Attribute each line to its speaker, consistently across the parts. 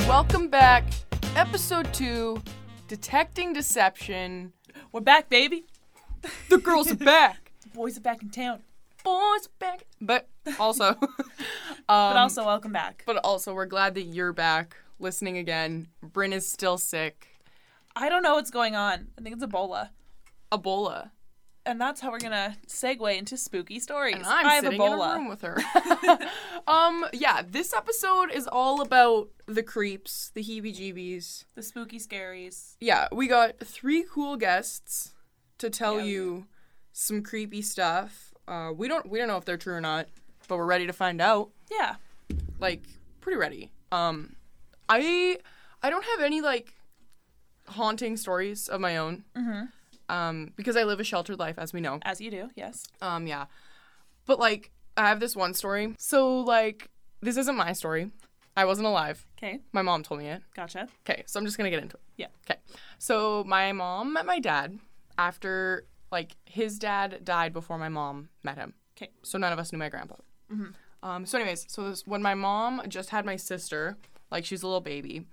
Speaker 1: Welcome back, episode two, Detecting Deception.
Speaker 2: We're back, baby.
Speaker 1: The girls are back.
Speaker 2: The boys are back in town.
Speaker 1: Boys back. But also, um,
Speaker 2: But also, welcome back.
Speaker 1: but also, we're glad that you're back listening again. Bryn is still sick.
Speaker 2: I don't know what's going on. I think it's Ebola.
Speaker 1: Ebola.
Speaker 2: And that's how we're going to segue into spooky stories.
Speaker 1: And I'm
Speaker 2: I have
Speaker 1: sitting in
Speaker 2: Ebola.
Speaker 1: a room with her. um, yeah, this episode is all about the creeps, the heebie-jeebies.
Speaker 2: The spooky scaries.
Speaker 1: Yeah, we got three cool guests to tell
Speaker 2: Yeah, we
Speaker 1: you some creepy stuff. Uh, we don't we don't know if they're true or not, but we're ready to find out.
Speaker 2: Yeah.
Speaker 1: Like pretty ready. Um, I I don't have any like haunting stories of my own.
Speaker 2: Mhm.
Speaker 1: Um, because I live a sheltered life, as we know.
Speaker 2: As you do, yes.
Speaker 1: Um, yeah. But like, I have this one story. So like, this isn't my story. I wasn't alive.
Speaker 2: Okay.
Speaker 1: My mom told me it.
Speaker 2: Gotcha.
Speaker 1: Okay, so I'm just gonna get into it.
Speaker 2: Yeah.
Speaker 1: Okay. So my mom met my dad after like his dad died before my mom met him.
Speaker 2: 'Kay.
Speaker 1: So none of us knew my grandpa. Um, so anyways, so this, when my mom just had my sister, like she's a little baby,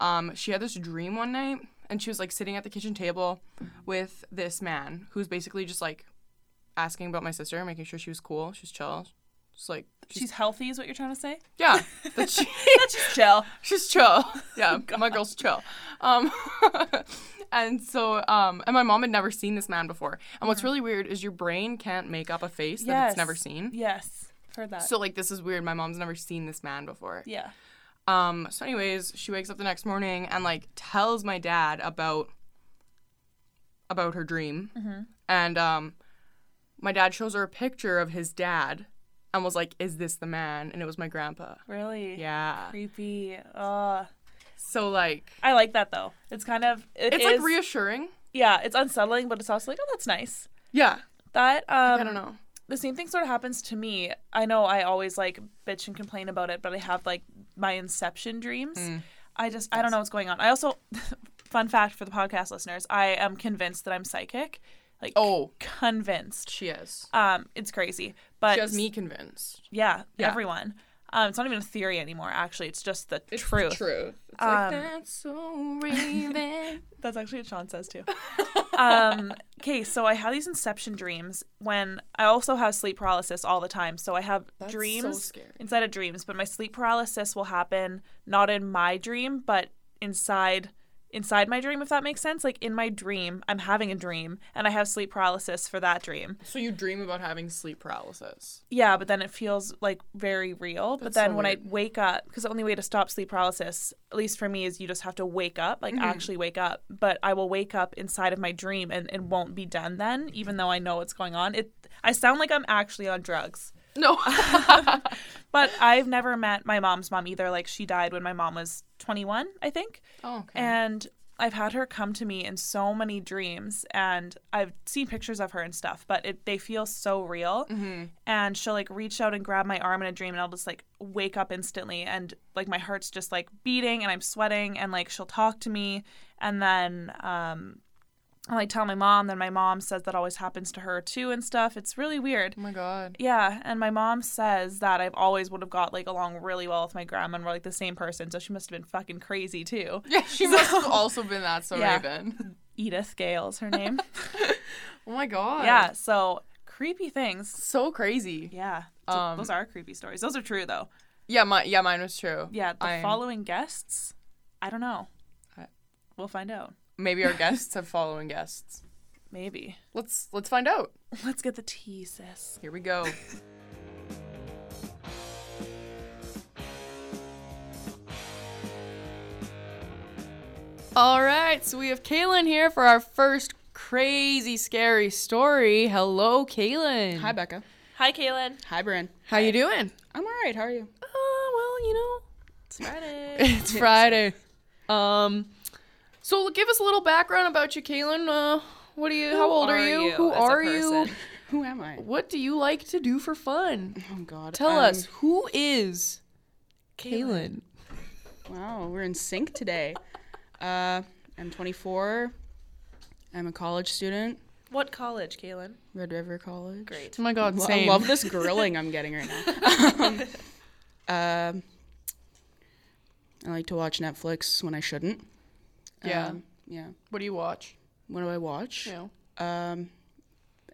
Speaker 1: um, she had this dream one night, and she was like sitting at the kitchen table with this man who's basically just like asking about my sister, making sure she was cool, she's chill, just like she's,
Speaker 2: She's healthy, is what you're trying to say?
Speaker 1: yeah, that she
Speaker 2: She's chill.
Speaker 1: She's chill. Yeah, my girl's chill. Um, and so, um, and my mom had never seen this man before. And what's really weird is your brain can't make up a face that
Speaker 2: Yes.
Speaker 1: it's never seen.
Speaker 2: Yes. Heard that.
Speaker 1: So like this is weird. My mom's never seen this man before.
Speaker 2: yeah.
Speaker 1: Um. So anyways, she wakes up the next morning and like tells my dad about about her dream. And um, my dad shows her a picture of his dad and was like, "Is this the man?" And it was my grandpa.
Speaker 2: Really?
Speaker 1: Yeah.
Speaker 2: Creepy. Ugh.
Speaker 1: So like,
Speaker 2: I like that though. It's kind of it
Speaker 1: it's
Speaker 2: is-
Speaker 1: like reassuring.
Speaker 2: yeah. It's unsettling, but it's also like oh that's nice.
Speaker 1: Yeah.
Speaker 2: That um,
Speaker 1: I don't know.
Speaker 2: the same thing sort of happens to me. I know I always like bitch and complain about it, but I have like my inception dreams.
Speaker 1: Mm.
Speaker 2: I just I don't know what's going on. I also fun fact for the podcast listeners, I am convinced that I'm psychic. Like
Speaker 1: Oh,
Speaker 2: convinced.
Speaker 1: she is.
Speaker 2: Um it's crazy. But
Speaker 1: She has me convinced.
Speaker 2: Yeah,
Speaker 1: Yeah.
Speaker 2: everyone. Um it's not even a theory anymore actually. It's just the
Speaker 1: It's
Speaker 2: truth.
Speaker 1: The truth. It's
Speaker 2: Um,
Speaker 1: like that's so Raven.
Speaker 2: That's actually what Sean says too. um, okay, so I have these inception dreams when I also have sleep paralysis all the time. So I have
Speaker 1: That's so
Speaker 2: dreams
Speaker 1: scary.
Speaker 2: inside of dreams, but my sleep paralysis will happen not in my dream, but inside inside my dream if that makes sense. Like in my dream, I'm having a dream and I have sleep paralysis for that dream.
Speaker 1: so you dream about having sleep paralysis.
Speaker 2: Yeah, but then it feels like very real. but
Speaker 1: That's
Speaker 2: then
Speaker 1: so
Speaker 2: when I
Speaker 1: weird.
Speaker 2: wake up, because the only way to stop sleep paralysis, at least for me, is you just have to wake up,
Speaker 1: Mm-hmm.
Speaker 2: like actually wake up. But I will wake up inside of my dream and it won't be done then, even though I know what's going on. It I sound like I'm actually on drugs.
Speaker 1: No.
Speaker 2: But I've never met my mom's mom either. Like she died when my mom was 21, I think.
Speaker 1: oh, okay.
Speaker 2: And I've had her come to me in so many dreams, and I've seen pictures of her and stuff, but it, they feel so real. And she'll like reach out and grab my arm in a dream, and I'll just like wake up instantly, and like my heart's just like beating, and I'm sweating, and like she'll talk to me, and then um, I like tell my mom, then my mom says that always happens to her too, and stuff. It's really weird.
Speaker 1: oh my god.
Speaker 2: Yeah, and my mom says that I've always would have got like along really well with my grandma, and we're like the same person, so she must have been fucking crazy too.
Speaker 1: Yeah, she must have also been that so
Speaker 2: Yeah.
Speaker 1: Raven.
Speaker 2: Edith Gale's her name.
Speaker 1: Oh my god.
Speaker 2: yeah, so creepy things.
Speaker 1: So crazy.
Speaker 2: Yeah. So
Speaker 1: Um,
Speaker 2: those are creepy stories. Those are true though.
Speaker 1: Yeah, my yeah, mine was true.
Speaker 2: Yeah, the
Speaker 1: I'm-
Speaker 2: following guests, I don't know.
Speaker 1: I-
Speaker 2: We'll find out.
Speaker 1: Maybe our guests have following guests.
Speaker 2: Maybe.
Speaker 1: Let's let's find out.
Speaker 2: Let's get the tea, sis.
Speaker 1: Here we go. All right, so we have Kaylin here for our first crazy scary story. Hello, Kaylin.
Speaker 3: Hi, Becca.
Speaker 2: Hi, Kaylin.
Speaker 3: Hi, Bryn.
Speaker 1: How you doing?
Speaker 3: I'm all right. How are you?
Speaker 1: Oh, well, you know,
Speaker 2: It's Friday.
Speaker 1: it's Friday. Um, so give us a little background about you, Kaylin. Uh, what are you? how old are,
Speaker 2: are
Speaker 1: you?
Speaker 2: you
Speaker 1: Who
Speaker 2: as a
Speaker 1: are you?
Speaker 2: person?
Speaker 3: Who am I?
Speaker 1: What do you like to do for fun?
Speaker 3: Oh God.
Speaker 1: Tell
Speaker 3: Um,
Speaker 1: us who is Kaylin.
Speaker 3: Wow, we're in sync today. Uh, I'm 24. I'm a college student,
Speaker 2: what college, Kaylin?
Speaker 3: Red River College.
Speaker 2: Great.
Speaker 1: Oh my god,
Speaker 3: Well,
Speaker 1: same.
Speaker 3: I love this grilling I'm getting right now. um, I like to watch Netflix when I shouldn't.
Speaker 1: Yeah.
Speaker 3: Um, yeah.
Speaker 1: What do you watch?
Speaker 3: What do I watch?
Speaker 1: You know?
Speaker 3: Um,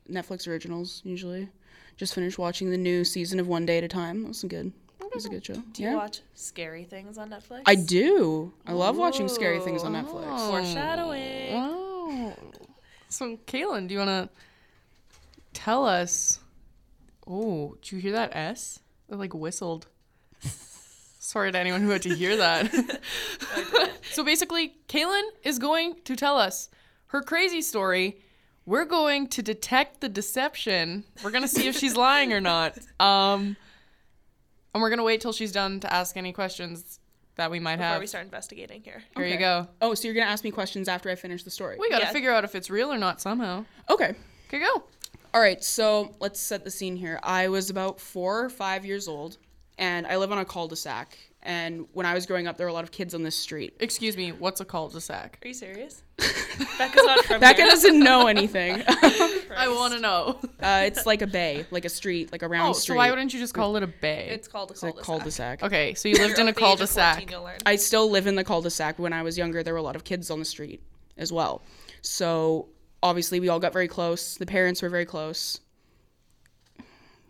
Speaker 3: Netflix originals usually. Just finished watching the new season of One Day at a Time. That was good. It was a good show.
Speaker 4: Do you watch scary things on Netflix?
Speaker 3: Hmm? I do. I love watching scary things on Netflix.
Speaker 4: Foreshadowing.
Speaker 1: Oh. So, Kaylin, do you want to tell us? Oh, did you hear that S? It like whistled. Sorry to anyone who had to hear that. so basically, Kaylin is going to tell us her crazy story. We're going to detect the deception. We're going to see if she's lying or not. Um, and we're going to wait till she's done to ask any questions that we might
Speaker 2: Before
Speaker 1: have.
Speaker 2: we start investigating here.
Speaker 1: Here you
Speaker 3: Okay.
Speaker 1: go.
Speaker 3: Oh, so you're gonna ask me questions after I finish the story?
Speaker 1: We got to
Speaker 2: Yeah.
Speaker 1: figure out if it's real or not somehow.
Speaker 3: Okay.
Speaker 1: Okay, go.
Speaker 3: All right. So let's set the scene here. I was about four or five years old, and I live on a cul-de-sac. And when I was growing up, there were a lot of kids on this street.
Speaker 1: Excuse me, what's a cul-de-sac?
Speaker 2: Are you serious? Becca's not from
Speaker 3: Becca
Speaker 2: here.
Speaker 3: doesn't know anything.
Speaker 1: I want to know.
Speaker 3: Uh, it's like a bay, like a street, like a round
Speaker 1: Oh,
Speaker 3: street.
Speaker 1: so why wouldn't you just call it a bay?
Speaker 2: It's called a
Speaker 3: it's a
Speaker 2: cul-de-sac.
Speaker 3: cul-de-sac.
Speaker 1: okay, so you lived in a
Speaker 2: At the age of 14,
Speaker 1: cul-de-sac.
Speaker 2: you'll learn.
Speaker 3: I still live in the cul-de-sac. When I was younger, there were a lot of kids on the street as well. So obviously, we all got very close. The parents were very close.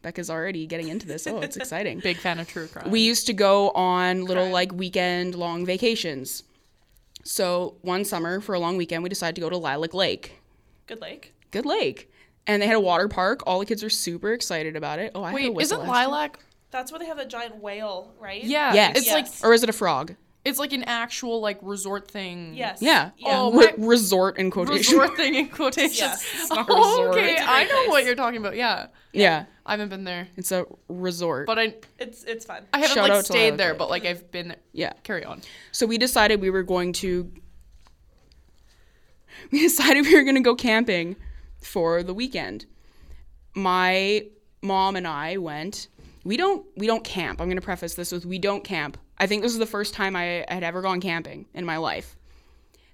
Speaker 3: Becca's already getting into this. Oh, it's exciting.
Speaker 1: Big fan of true crime.
Speaker 3: we used to go on little like weekend long vacations. So one summer for a long weekend, we decided to go to Lilac Lake.
Speaker 2: Good lake.
Speaker 3: Good lake. And they had a water park. All the kids were super excited about it. Oh, I had a
Speaker 1: Wait,
Speaker 3: whistle
Speaker 1: isn't
Speaker 3: last time.
Speaker 1: lilac?
Speaker 2: That's where they have a giant whale, right?
Speaker 1: Yeah,
Speaker 3: Yes.
Speaker 1: it's like
Speaker 2: Yes.
Speaker 3: Or is it a frog?
Speaker 1: it's like an actual like resort thing.
Speaker 2: Yes.
Speaker 3: Yeah.
Speaker 2: Yeah.
Speaker 1: Oh,
Speaker 3: Re- resort in quotation.
Speaker 1: resort thing in quotations.
Speaker 2: Yes.
Speaker 1: Oh, okay,
Speaker 2: It's a great
Speaker 1: I know what
Speaker 2: place.
Speaker 1: you're talking about. Yeah,
Speaker 3: yeah.
Speaker 1: I haven't been there,
Speaker 3: It's a resort.
Speaker 1: but I
Speaker 2: It's it's fun.
Speaker 1: I haven't
Speaker 3: Shout out
Speaker 1: like
Speaker 3: to
Speaker 1: stayed
Speaker 3: Lilac
Speaker 1: there,
Speaker 3: Lake.
Speaker 1: but like I've been. there.
Speaker 3: yeah.
Speaker 1: Carry on.
Speaker 3: So we decided we were going to we decided we were going to go camping for the weekend. My mom and I went. We don't we don't camp. I'm going to preface this with we don't camp. I think this is the first time I had ever gone camping in my life.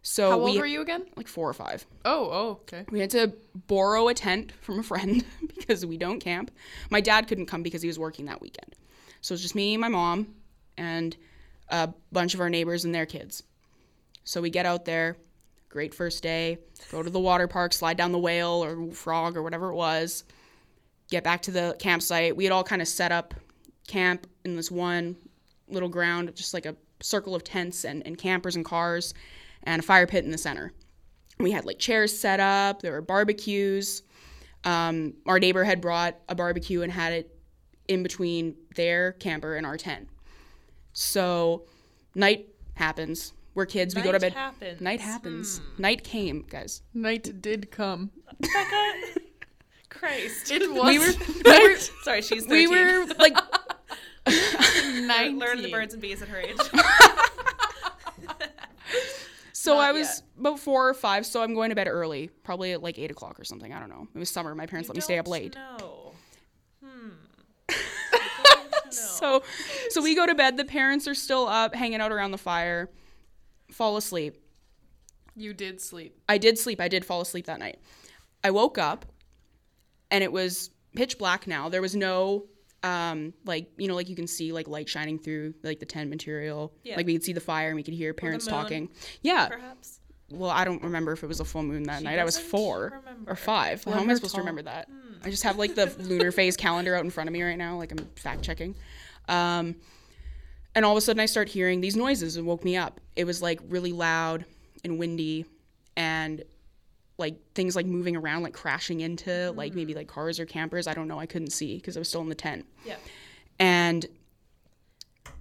Speaker 3: So
Speaker 1: How old
Speaker 3: we
Speaker 1: were you again?
Speaker 3: like 4 or 5.
Speaker 1: Oh, oh, okay.
Speaker 3: We had to borrow a tent from a friend because we don't camp. My dad couldn't come because he was working that weekend. So it was just me, my mom, and a bunch of our neighbors and their kids. So we get out there, great first day, go to the water park, slide down the whale or frog or whatever it was, get back to the campsite. We had all kind of set up camp in this one little ground, just like a circle of tents and, and campers and cars, and a fire pit in the center. We had like chairs set up, there were barbecues. Um, our neighbor had brought a barbecue and had it in between their camper and our tent. So night happens. We're kids, we go to
Speaker 2: Night
Speaker 3: bed.
Speaker 2: happens. Hmm.
Speaker 3: Night happens. Night came, guys.
Speaker 1: Night did come.
Speaker 2: Christ.
Speaker 1: It was. We
Speaker 2: Sorry, she's 13.
Speaker 3: We were like
Speaker 2: Learn-
Speaker 1: nineteen.
Speaker 2: Learn the birds and bees at her age.
Speaker 3: So I was about four or five, so I'm going to bed early, probably at like eight o'clock or something. I don't know. It was summer. My parents let me stay up late.
Speaker 2: No.
Speaker 3: So, so we go to bed. The parents are still up, hanging out around the fire, fall asleep.
Speaker 1: You did sleep.
Speaker 3: I did sleep. I did fall asleep that night. I woke up, and it was pitch black. Now there was no, um, like you know, like you can see like light shining through like the tent material.
Speaker 2: Yeah.
Speaker 3: Like we could see the fire and we could hear parents
Speaker 2: moon.
Speaker 3: talking. Yeah.
Speaker 2: Perhaps.
Speaker 3: well, I don't remember if it was a full moon that night. I was
Speaker 2: doesn't
Speaker 3: four
Speaker 2: remember.
Speaker 3: or five. How am I supposed to remember that?
Speaker 2: Hmm.
Speaker 3: I just have like the lunar phase calendar out in front of me right now, like I'm fact checking. Um, and all of a sudden, I start hearing these noises and woke me up. It was like really loud and windy, and like things like moving around, like crashing into like maybe like cars or campers. I don't know. I couldn't see because I was still in the tent
Speaker 2: Yeah.
Speaker 3: and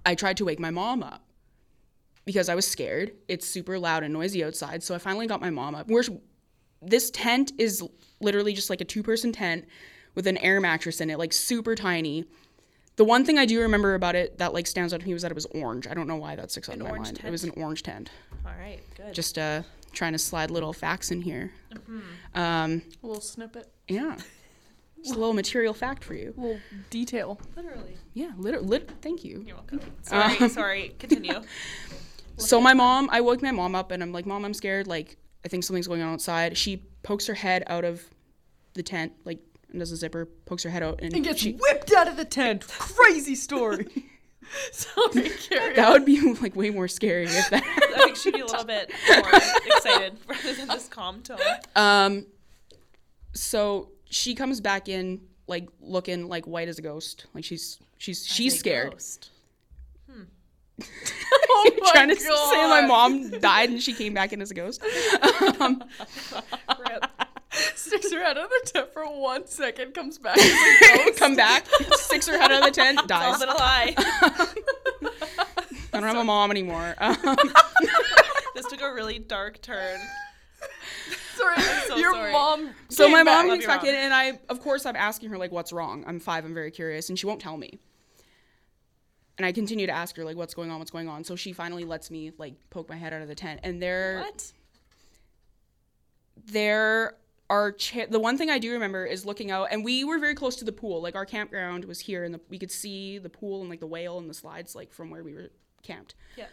Speaker 3: I tried to wake my mom up because I was scared. It's super loud and noisy outside, so I finally got my mom up. We're, this tent is literally just like a two-person tent with an air mattress in it, like super tiny. The one thing I do remember about it that like stands out to me was that it was orange. I don't know why that sticks out in my
Speaker 2: orange
Speaker 3: mind. It
Speaker 2: tent?
Speaker 3: was an orange tent.
Speaker 2: All right. Good.
Speaker 3: Just uh, trying to slide little facts in here.
Speaker 1: A little snippet.
Speaker 3: Yeah, just a little material fact for you.
Speaker 1: little detail.
Speaker 2: Literally.
Speaker 3: Yeah, lit- lit- thank you.
Speaker 2: You're welcome. Sorry.
Speaker 3: Uh,
Speaker 2: sorry. Continue.
Speaker 3: So my mom, I woke my mom up and I'm like, Mom, I'm scared. Like, I think something's going on outside. She pokes her head out of the tent, like, and does a zipper, pokes her head out, and,
Speaker 1: And gets whipped out of the tent. Crazy story.
Speaker 4: So I'm curious.
Speaker 3: That would be like way more scary if that.
Speaker 2: I think she'd be a little bit more excited rather than this calm tone.
Speaker 3: Um, so she comes back in like looking like white as a ghost. Like she's she's she's
Speaker 4: Big
Speaker 3: scared.
Speaker 4: ghost.
Speaker 1: Oh my
Speaker 3: Trying to s- say my
Speaker 1: God.
Speaker 3: mom died and she came back in as a ghost. Um,
Speaker 2: Rip.
Speaker 1: sticks her head out of the tent for one second, comes back. as a ghost.
Speaker 3: come back, sticks her head out of the tent, dies.
Speaker 2: All but a lie.
Speaker 3: I don't have a mom anymore. Um,
Speaker 2: This took a really dark turn.
Speaker 1: sorry,
Speaker 2: so
Speaker 1: your
Speaker 2: sorry.
Speaker 1: mom.
Speaker 3: so
Speaker 1: came
Speaker 3: my
Speaker 1: back.
Speaker 3: mom
Speaker 2: Love
Speaker 3: comes
Speaker 2: your
Speaker 3: back
Speaker 2: mom.
Speaker 3: in, and I, of course, I'm asking her like, "What's wrong?" I'm five. I'm very curious, and she won't tell me. And I continue to ask her like, "What's going on? What's going on?" So she finally lets me like poke my head out of the tent, and there
Speaker 4: What?
Speaker 3: there are cha- the one thing I do remember is looking out, and we were very close to the pool. Like our campground was here, and the, we could see the pool and like the whale and the slides like from where we were camped.
Speaker 4: Yeah.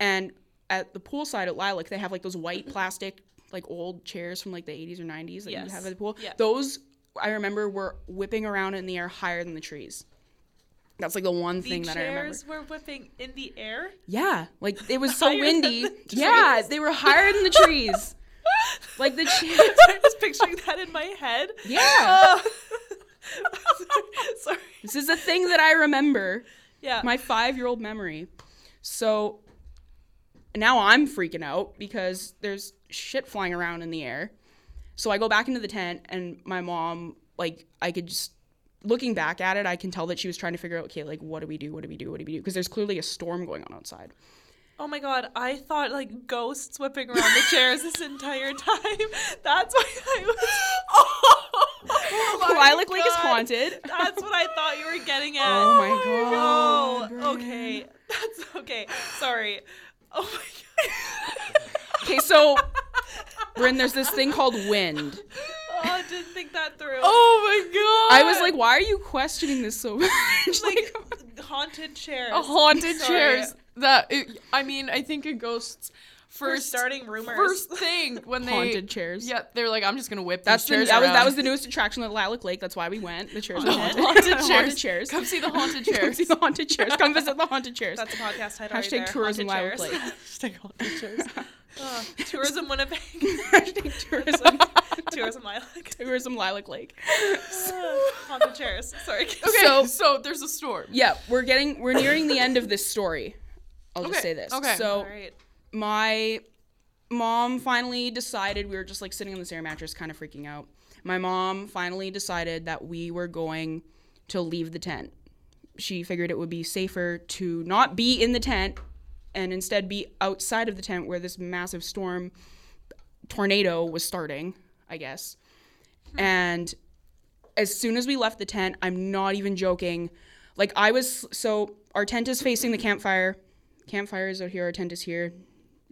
Speaker 3: And at the poolside at Lilac, they have like those white plastic like old chairs from like the 80s or 90s that
Speaker 2: Yes.
Speaker 3: you have at the pool.
Speaker 4: Yeah.
Speaker 3: Those I remember were whipping around in the air higher than the trees. That's like the one
Speaker 2: The
Speaker 3: thing that I remember.
Speaker 2: chairs were whipping in the air.
Speaker 3: Yeah, like it was so
Speaker 2: Higher than
Speaker 3: windy.
Speaker 2: the
Speaker 3: yeah, they were higher than the trees. like the chairs.
Speaker 2: I was picturing that in my head.
Speaker 3: Yeah.
Speaker 2: Oh. Sorry.
Speaker 3: This is a thing that I remember,
Speaker 2: Yeah.
Speaker 3: my five year old memory. So now I'm freaking out because there's shit flying around in the air. So I go back into the tent, and my mom, like, I could just, looking back at it, I can tell that she was trying to figure out, okay, like, what do we do? What do we do? What do we do? Because there's clearly a storm going on outside.
Speaker 2: Oh my god, I thought like ghosts whipping around the chairs this entire time. That's why I was. Oh my
Speaker 3: Lilac Lake is
Speaker 2: God.
Speaker 3: haunted.
Speaker 2: That's what I thought you were getting at.
Speaker 3: Oh my god.
Speaker 2: Oh,
Speaker 3: Brynn.
Speaker 2: okay. That's okay. Sorry. Oh my god.
Speaker 3: Okay, so, Bryn, there's this thing called wind.
Speaker 2: Oh, didn't think that through.
Speaker 1: Oh my
Speaker 3: I
Speaker 1: god!
Speaker 3: was like, why are you questioning this so much?
Speaker 2: like haunted chairs.
Speaker 1: a haunted
Speaker 2: Sorry.
Speaker 1: chairs. That it, I mean, I think a ghost's
Speaker 2: We're
Speaker 1: first
Speaker 2: starting rumors.
Speaker 1: first thing when they
Speaker 3: haunted chairs.
Speaker 1: Yeah, they're like, I'm just gonna whip
Speaker 3: That's
Speaker 1: these
Speaker 3: the,
Speaker 1: chairs
Speaker 3: that was
Speaker 1: around."
Speaker 3: that was the newest attraction at Lilac Lake. That's why we went. The chairs were haunted.
Speaker 1: haunted
Speaker 3: The
Speaker 1: chairs.
Speaker 3: chairs.
Speaker 1: Come see the haunted
Speaker 3: Come
Speaker 1: chairs.
Speaker 3: see the haunted chairs. Come visit the haunted chairs.
Speaker 2: That's a podcast title. right
Speaker 3: Hashtag
Speaker 2: there,
Speaker 3: tourism
Speaker 2: haunted
Speaker 3: Lilac
Speaker 2: chairs.
Speaker 3: Lake.
Speaker 1: Hashtag haunted chairs.
Speaker 2: Ugh, tourism Winnipeg.
Speaker 3: Hashtag tourism.
Speaker 2: tourism Lilac.
Speaker 3: tourism Lilac Lake.
Speaker 2: haunted chairs. Sorry.
Speaker 1: Okay,
Speaker 3: So-
Speaker 1: so, there's a storm.
Speaker 3: Yeah, we're getting we're nearing the end of this story. I'll just
Speaker 1: Okay,
Speaker 3: say this.
Speaker 1: okay.
Speaker 3: So
Speaker 2: All right.
Speaker 3: my mom finally decided we were just like sitting on this air mattress kind of freaking out my mom finally decided that we were going to leave the tent she figured it would be safer to not be in the tent and instead be outside of the tent where this massive storm tornado was starting i guess
Speaker 1: Hmm.
Speaker 3: and as soon as we left the tent, I'm not even joking. Like I was so our tent is facing the campfire. Campfire is out here, our tent is here.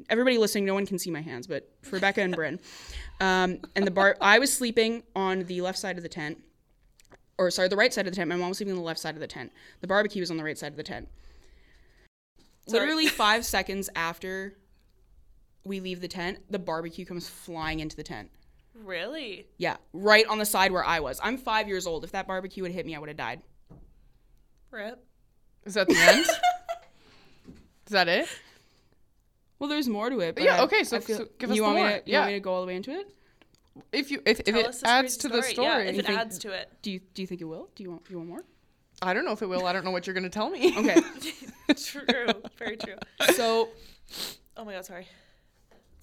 Speaker 3: Everybody listening, no one can see my hands, but for Rebecca and Bryn. Um, and the bar I was sleeping on the left side of the tent. Or sorry, the right side of the tent. My mom was sleeping on the left side of the tent. The barbecue was on the right side of the tent.
Speaker 2: Sorry.
Speaker 3: Literally five seconds after we leave the tent, the barbecue comes flying into the tent.
Speaker 2: Really?
Speaker 3: Yeah, right on the side where I was. I'm five years old. If that barbecue had hit me, I would have died.
Speaker 2: Rip.
Speaker 1: Is that the end? Is that it?
Speaker 3: Well, there's more to it. But
Speaker 1: Yeah,
Speaker 3: I-
Speaker 1: okay, so-
Speaker 3: I
Speaker 1: so give us
Speaker 3: you
Speaker 1: the
Speaker 3: want me
Speaker 1: more.
Speaker 3: to, you
Speaker 1: Yeah.
Speaker 3: want me to go all the way into it?
Speaker 1: If you if, if
Speaker 2: Tell
Speaker 1: it
Speaker 2: us this
Speaker 1: adds to
Speaker 2: crazy
Speaker 1: the
Speaker 2: story. Yeah,
Speaker 1: story,
Speaker 2: if it adds to it.
Speaker 3: Do you do you think it will? Do you want you want more?
Speaker 1: I don't know if it will. I don't know what you're gonna tell me.
Speaker 3: Okay.
Speaker 2: True. Very true.
Speaker 3: so
Speaker 2: Oh my god, sorry.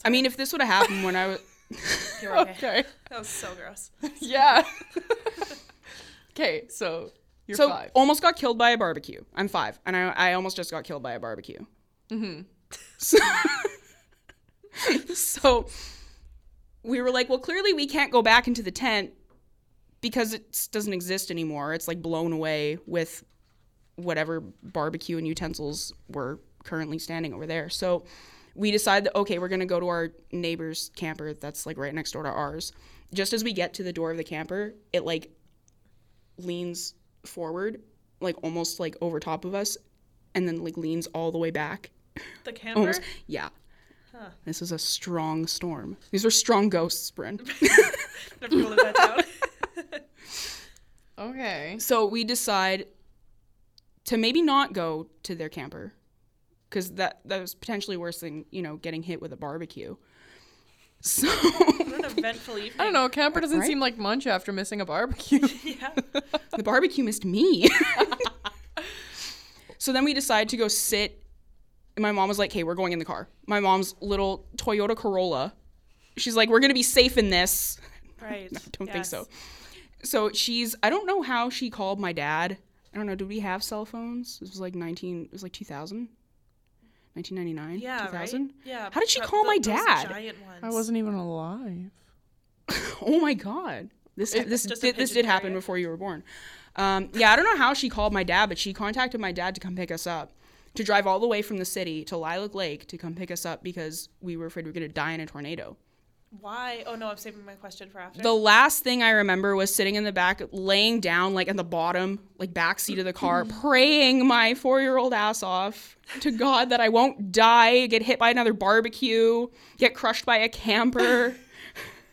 Speaker 3: I mean, if this would have happened when I was
Speaker 2: You're okay.
Speaker 1: Okay.
Speaker 2: That was so gross.
Speaker 1: Yeah. okay, so you're
Speaker 3: so
Speaker 1: five.
Speaker 3: almost got killed by a barbecue. I'm five, and I I almost just got killed by a barbecue. Mm-hmm. So, so we were like, well, clearly we can't go back into the tent because it doesn't exist anymore. It's like blown away with whatever barbecue and utensils were currently standing over there. So we decide that okay, we're gonna go to our neighbor's camper that's like right next door to ours. Just as we get to the door of the camper, it like leans forward, like almost like over top of us, and then like leans all the way back.
Speaker 2: The camper.
Speaker 3: Almost, yeah. This was a strong storm. These were strong ghosts, Bryn.
Speaker 2: Never gonna live that down.
Speaker 1: Okay.
Speaker 3: so we decide to maybe not go to their camper because that that was potentially worse than you know getting hit with a barbecue. So
Speaker 2: What an eventful evening.
Speaker 1: I don't know. Camper doesn't
Speaker 3: Right?
Speaker 1: seem like much after missing a barbecue.
Speaker 2: Yeah.
Speaker 3: the barbecue missed me. so then we decide to go sit. And my mom was like, "Hey, we're going in the car." My mom's little Toyota Corolla. She's like, "We're gonna be safe in this."
Speaker 2: Right.
Speaker 3: Don't think
Speaker 2: Yes.
Speaker 3: so. So she's. I don't know how she called my dad. I don't know. Did we have cell phones? This was like 19. It was like 2000. 1999.
Speaker 2: Yeah.
Speaker 3: 2000?
Speaker 2: Right? Yeah.
Speaker 3: How did she
Speaker 2: but
Speaker 3: call my
Speaker 2: those
Speaker 3: dad?
Speaker 2: Giant ones.
Speaker 1: I wasn't even alive.
Speaker 3: Oh my god. This this
Speaker 2: just a
Speaker 3: did, this
Speaker 2: pigeon
Speaker 3: did happen
Speaker 2: period.
Speaker 3: before you were born. Um, yeah, I don't know how she called my dad, but she contacted my dad to come pick us up, to drive all the way from the city to Lilac Lake to come pick us up because we were afraid we were going to die in a tornado.
Speaker 2: Why? Oh no, I'm saving my question for after.
Speaker 3: The last thing I remember was sitting in the back, laying down, like in the bottom, like back seat of the car, praying my four year old ass off to God that I won't die, get hit by another barbecue, get crushed by a camper.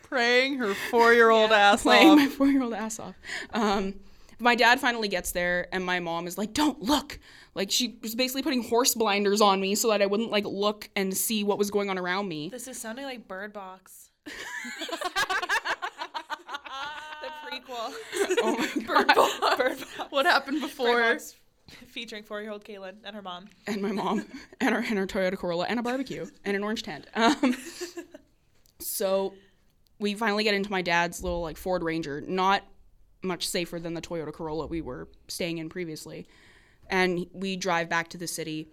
Speaker 1: Praying her four-year-old ass
Speaker 3: playing my four year old ass off. Um, my dad finally gets there, and my mom is like, "Don't look!" Like she was basically putting horse blinders on me so that I wouldn't like look and see what was going on around me.
Speaker 2: this is sounding like Bird Box. the prequel.
Speaker 3: oh my god!
Speaker 2: Bird Box.
Speaker 1: What happened
Speaker 2: Bird
Speaker 1: before?
Speaker 2: Box featuring four-year-old Kaylin and her mom.
Speaker 3: and my mom, and our and our Toyota Corolla, and a barbecue, and an orange tent. Um, so we finally get into my dad's little like Ford Ranger, not much safer than the Toyota Corolla we were staying in previously. And we drive back to the city.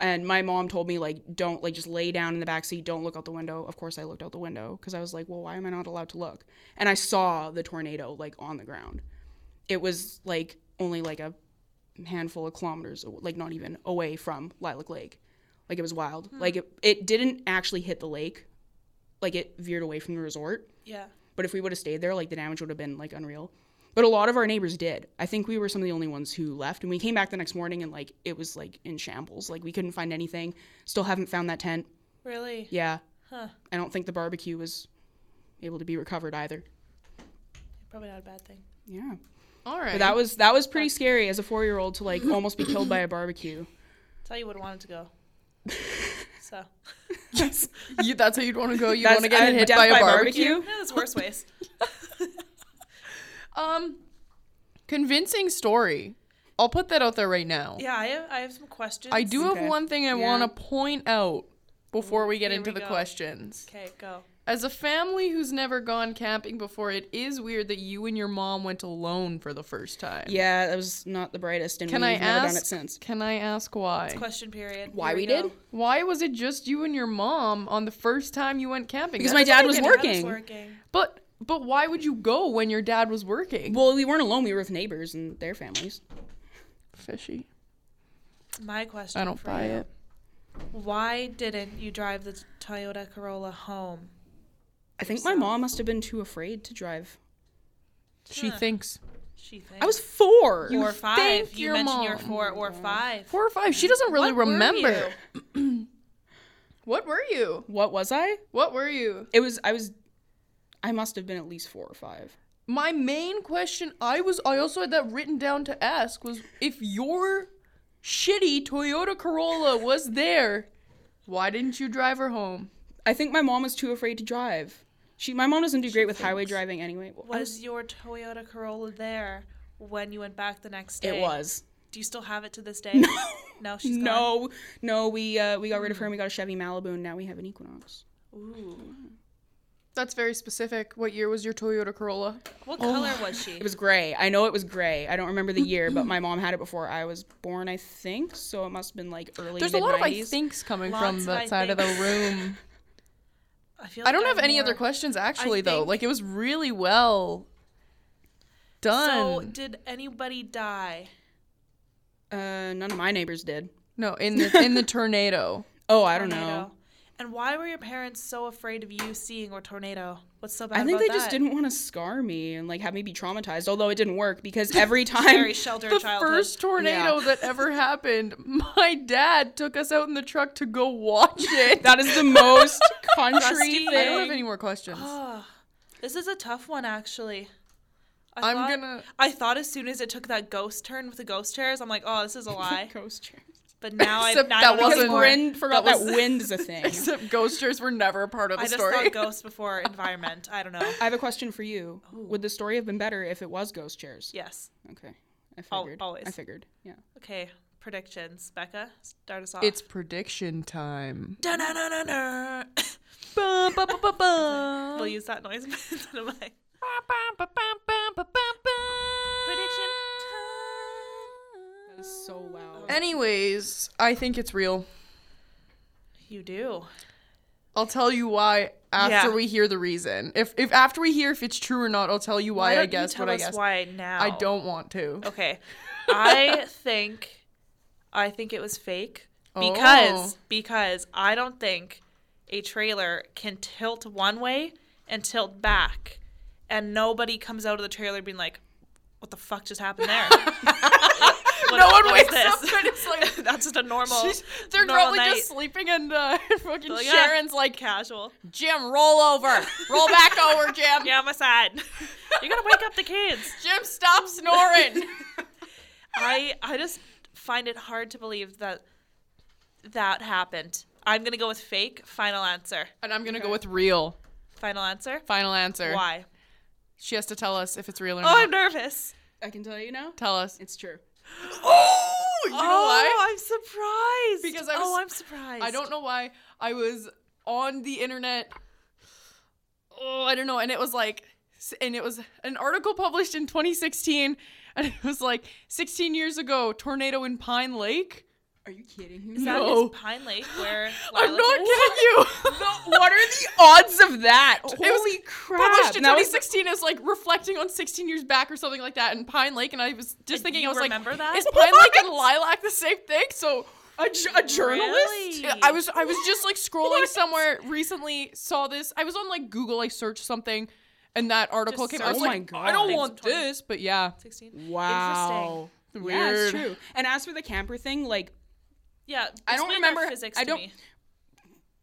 Speaker 3: And my mom told me like don't like just lay down in the back seat, don't look out the window. Of course I looked out the window because I was like, well, why am I not allowed to look? And I saw the tornado like on the ground. It was like only like a handful of kilometers, like not even away from Lilac Lake. Like it was wild.
Speaker 2: Hmm.
Speaker 3: Like it, it didn't actually hit the lake. Like it veered away from the resort.
Speaker 2: Yeah.
Speaker 3: But if we would have stayed there, like the damage would have been like unreal. But a lot of our neighbors did. I think we were some of the only ones who left. And we came back the next morning and like it was like in shambles. Like we couldn't find anything. Still haven't found that tent.
Speaker 2: Really?
Speaker 3: Yeah.
Speaker 2: Huh.
Speaker 3: I don't think the barbecue was able to be recovered either.
Speaker 2: Probably not a bad thing.
Speaker 3: Yeah.
Speaker 1: All right.
Speaker 3: But that was that was pretty scary as a four year old to like almost be killed by a barbecue.
Speaker 2: That's how you would have wanted to go. So.
Speaker 3: That's,
Speaker 1: You, that's how you'd want to go. You
Speaker 3: That's-
Speaker 1: want to get
Speaker 3: uh,
Speaker 1: hit
Speaker 3: death
Speaker 1: by a
Speaker 3: by
Speaker 1: barbecue.
Speaker 3: You?
Speaker 2: Yeah, there's worse ways.
Speaker 1: Um, convincing story. I'll put that out there right now.
Speaker 2: Yeah, I have, I have some questions.
Speaker 1: I do have
Speaker 3: Okay.
Speaker 1: one thing I
Speaker 3: Yeah.
Speaker 1: want to point out before we get
Speaker 2: Here
Speaker 1: into
Speaker 2: we
Speaker 1: the
Speaker 2: go.
Speaker 1: questions.
Speaker 2: Okay, go.
Speaker 1: As a family who's never gone camping before, it is weird that you and your mom went alone for the first time.
Speaker 3: yeah, that was not the brightest, and
Speaker 1: Can
Speaker 3: we've
Speaker 1: I
Speaker 3: never
Speaker 1: ask?
Speaker 3: done it since.
Speaker 1: Can I ask why?
Speaker 2: Question period.
Speaker 3: Why
Speaker 2: Here
Speaker 3: we
Speaker 2: go.
Speaker 3: did?
Speaker 1: Why was it just you and your mom on the first time you went camping?
Speaker 3: Because
Speaker 1: That
Speaker 3: my
Speaker 1: doesn't
Speaker 3: dad
Speaker 1: make
Speaker 3: was
Speaker 1: any-
Speaker 2: Dad was
Speaker 3: working.
Speaker 2: working.
Speaker 1: But but why would you go when your dad was working?
Speaker 3: Well, we weren't alone. We were with neighbors and their families.
Speaker 1: Fishy.
Speaker 2: My question.
Speaker 1: I don't
Speaker 2: for
Speaker 1: buy
Speaker 2: you.
Speaker 1: it.
Speaker 2: Why didn't you drive the Toyota Corolla home?
Speaker 3: I think my mom must have been too afraid to drive.
Speaker 1: She thinks
Speaker 2: She thinks.
Speaker 3: I was four.
Speaker 2: four or five.
Speaker 1: think
Speaker 2: You
Speaker 1: your
Speaker 2: mentioned you're
Speaker 1: mom-
Speaker 2: four or five.
Speaker 1: four or five. She doesn't really
Speaker 2: What were
Speaker 1: remember.
Speaker 2: you?
Speaker 1: What were you?
Speaker 3: What was I?
Speaker 1: What were you?
Speaker 3: It was I was. I must have been at least four or five.
Speaker 1: My main question I was I also had that written down to ask was if your shitty Toyota Corolla was there, why didn't you drive her home?
Speaker 3: I think my mom was too afraid to drive. She, my mom doesn't do great with highway driving anyway. Well, I
Speaker 2: Was your Toyota Corolla there when you went back the next
Speaker 3: was-
Speaker 2: day?
Speaker 3: it was.
Speaker 2: Do you still have it to this day?
Speaker 3: No,
Speaker 2: No, she's gone.
Speaker 3: no, no. We uh, we got rid of her and we got a Chevy Malibu and now we have an Equinox.
Speaker 2: Ooh.
Speaker 1: That's very specific. What year was your Toyota Corolla?
Speaker 2: What
Speaker 3: Oh
Speaker 2: color was she?
Speaker 3: It was gray. I know it was gray. I don't remember the year, but my mom had it before I was born, I think. So it must have been like early.
Speaker 1: There's a lot of I
Speaker 3: mid-nineties.
Speaker 1: thinks coming
Speaker 2: Lots
Speaker 1: from
Speaker 2: of
Speaker 1: that
Speaker 2: I
Speaker 1: side of the room.
Speaker 2: I, feel
Speaker 1: I don't
Speaker 2: like
Speaker 1: have
Speaker 2: I'm
Speaker 1: any other
Speaker 2: more-
Speaker 1: questions actually though.
Speaker 2: think-
Speaker 1: Like it was really well done.
Speaker 2: So, did anybody die?
Speaker 3: Uh, none of my neighbors did.
Speaker 1: no, in the in the tornado.
Speaker 3: Oh, I don't know.
Speaker 2: tornado? And why were your parents so afraid of you seeing a tornado? What's so bad?
Speaker 3: I think
Speaker 2: about
Speaker 3: they
Speaker 2: that?
Speaker 3: just didn't want to scar me and like have me be traumatized. Although it didn't work because every time
Speaker 2: Very sheltered
Speaker 1: the
Speaker 2: childhood.
Speaker 1: first tornado that ever happened, my dad took us out in the truck to go watch it.
Speaker 3: that is the most country
Speaker 2: Rusty
Speaker 1: I don't have
Speaker 3: thing.
Speaker 2: Oh.
Speaker 1: any more questions.
Speaker 2: Ah, this is a tough one, actually.
Speaker 1: I
Speaker 2: I
Speaker 1: am
Speaker 2: thought-
Speaker 1: gonna.
Speaker 2: I thought as soon as it took that ghost turn with the ghost chairs, I'm like, oh, this is a lie.
Speaker 3: Ghost chairs.
Speaker 2: But now I,
Speaker 1: Except
Speaker 2: now I
Speaker 1: that
Speaker 2: don't know
Speaker 1: wasn't-
Speaker 3: Because
Speaker 1: Doesn't-
Speaker 2: anymore.
Speaker 3: Bryn forgot
Speaker 2: That
Speaker 3: that,
Speaker 2: was-
Speaker 3: wind is a thing.
Speaker 1: Except ghosters were never a part of the
Speaker 2: I just
Speaker 1: story.
Speaker 2: thought ghost before environment. I don't know.
Speaker 3: I have a question for you.
Speaker 2: Oh.
Speaker 3: Would the story have been better if it was ghost chairs?
Speaker 2: Yes.
Speaker 3: Okay. I
Speaker 2: Al-
Speaker 3: figured. I
Speaker 2: always.
Speaker 3: figured. Yeah.
Speaker 2: Okay. Predictions. Becca, start us off.
Speaker 1: It's prediction time.
Speaker 2: Dun-dun-dun-dun-dun.
Speaker 1: Bum, bum, bum, bum, bum.
Speaker 2: we'll use that noise instead of mine. Prediction
Speaker 3: That is so loud.
Speaker 2: Uh,
Speaker 1: Anyways, I think it's real.
Speaker 2: You do.
Speaker 1: I'll tell you why after
Speaker 2: Yeah.
Speaker 1: we hear the reason. If if after we hear if it's true or not, I'll tell you why,
Speaker 2: don't
Speaker 1: I
Speaker 2: you
Speaker 1: guess
Speaker 2: tell
Speaker 1: what I
Speaker 2: us
Speaker 1: guess.
Speaker 2: Why now?
Speaker 1: I don't want to.
Speaker 2: Okay. I think I think it was fake because
Speaker 1: Oh.
Speaker 2: because I don't think a trailer can tilt one way and tilt back and nobody comes out of the trailer being like what the fuck just happened there? What-
Speaker 1: No one
Speaker 2: what is
Speaker 1: wakes up
Speaker 2: this?
Speaker 1: and it's like
Speaker 2: That's just a normal
Speaker 1: she's, they're
Speaker 2: normal
Speaker 1: probably
Speaker 2: night.
Speaker 1: just sleeping and uh, fucking
Speaker 2: Like, yeah.
Speaker 1: Sharon's like,
Speaker 2: casual.
Speaker 1: Jim, roll over, roll back over, Jim.
Speaker 2: Yeah, I'm aside. You're gonna wake up the kids.
Speaker 1: Jim, stop snoring.
Speaker 2: I I just find it hard to believe that that happened. I'm gonna go with fake. Final answer.
Speaker 1: and I'm gonna go with real.
Speaker 2: Final answer.
Speaker 1: Final answer.
Speaker 2: Why?
Speaker 1: She has to tell us if it's real or
Speaker 2: Oh,
Speaker 1: not.
Speaker 2: I'm nervous.
Speaker 3: I can tell you now.
Speaker 1: tell us.
Speaker 3: It's true.
Speaker 1: Oh, you know why?
Speaker 2: Oh, I'm surprised.
Speaker 1: Because I
Speaker 2: oh,
Speaker 1: was-
Speaker 2: I'm surprised.
Speaker 1: I don't know why I was on the internet. Oh, I don't know. And it was like, and it was an article published in 2016, and it was like 16 years ago, tornado in Pine Lake.
Speaker 3: Are you kidding me?
Speaker 2: Is that
Speaker 1: No.
Speaker 2: is Pine Lake where
Speaker 1: I'm
Speaker 2: Lila
Speaker 1: not
Speaker 2: lives?
Speaker 1: kidding you.
Speaker 3: what are the odds of that?
Speaker 1: It was
Speaker 3: Holy crap!
Speaker 1: Published in
Speaker 3: That was-
Speaker 1: 2016 as like reflecting on 16 years back or something like that in Pine Lake, and I was just thinking
Speaker 2: you
Speaker 1: I was like,
Speaker 2: remember that?
Speaker 1: is Pine Lake and Lilac the same thing? So
Speaker 3: a, ju- a journalist.
Speaker 2: Really?
Speaker 1: I was I was just like scrolling somewhere recently, saw this. I was on like Google, I searched something, and that article
Speaker 2: Just
Speaker 1: came. out. I was
Speaker 3: search
Speaker 1: like,
Speaker 3: Oh my
Speaker 1: I don't
Speaker 3: God.
Speaker 1: want this, but yeah,
Speaker 2: 16.
Speaker 3: Wow. Yeah, it's
Speaker 1: Weird.
Speaker 3: true. And as for the camper thing, like
Speaker 2: Yeah.
Speaker 3: I don't
Speaker 2: explain your
Speaker 3: remember-
Speaker 2: physics
Speaker 3: I
Speaker 2: to
Speaker 3: don't-
Speaker 2: me.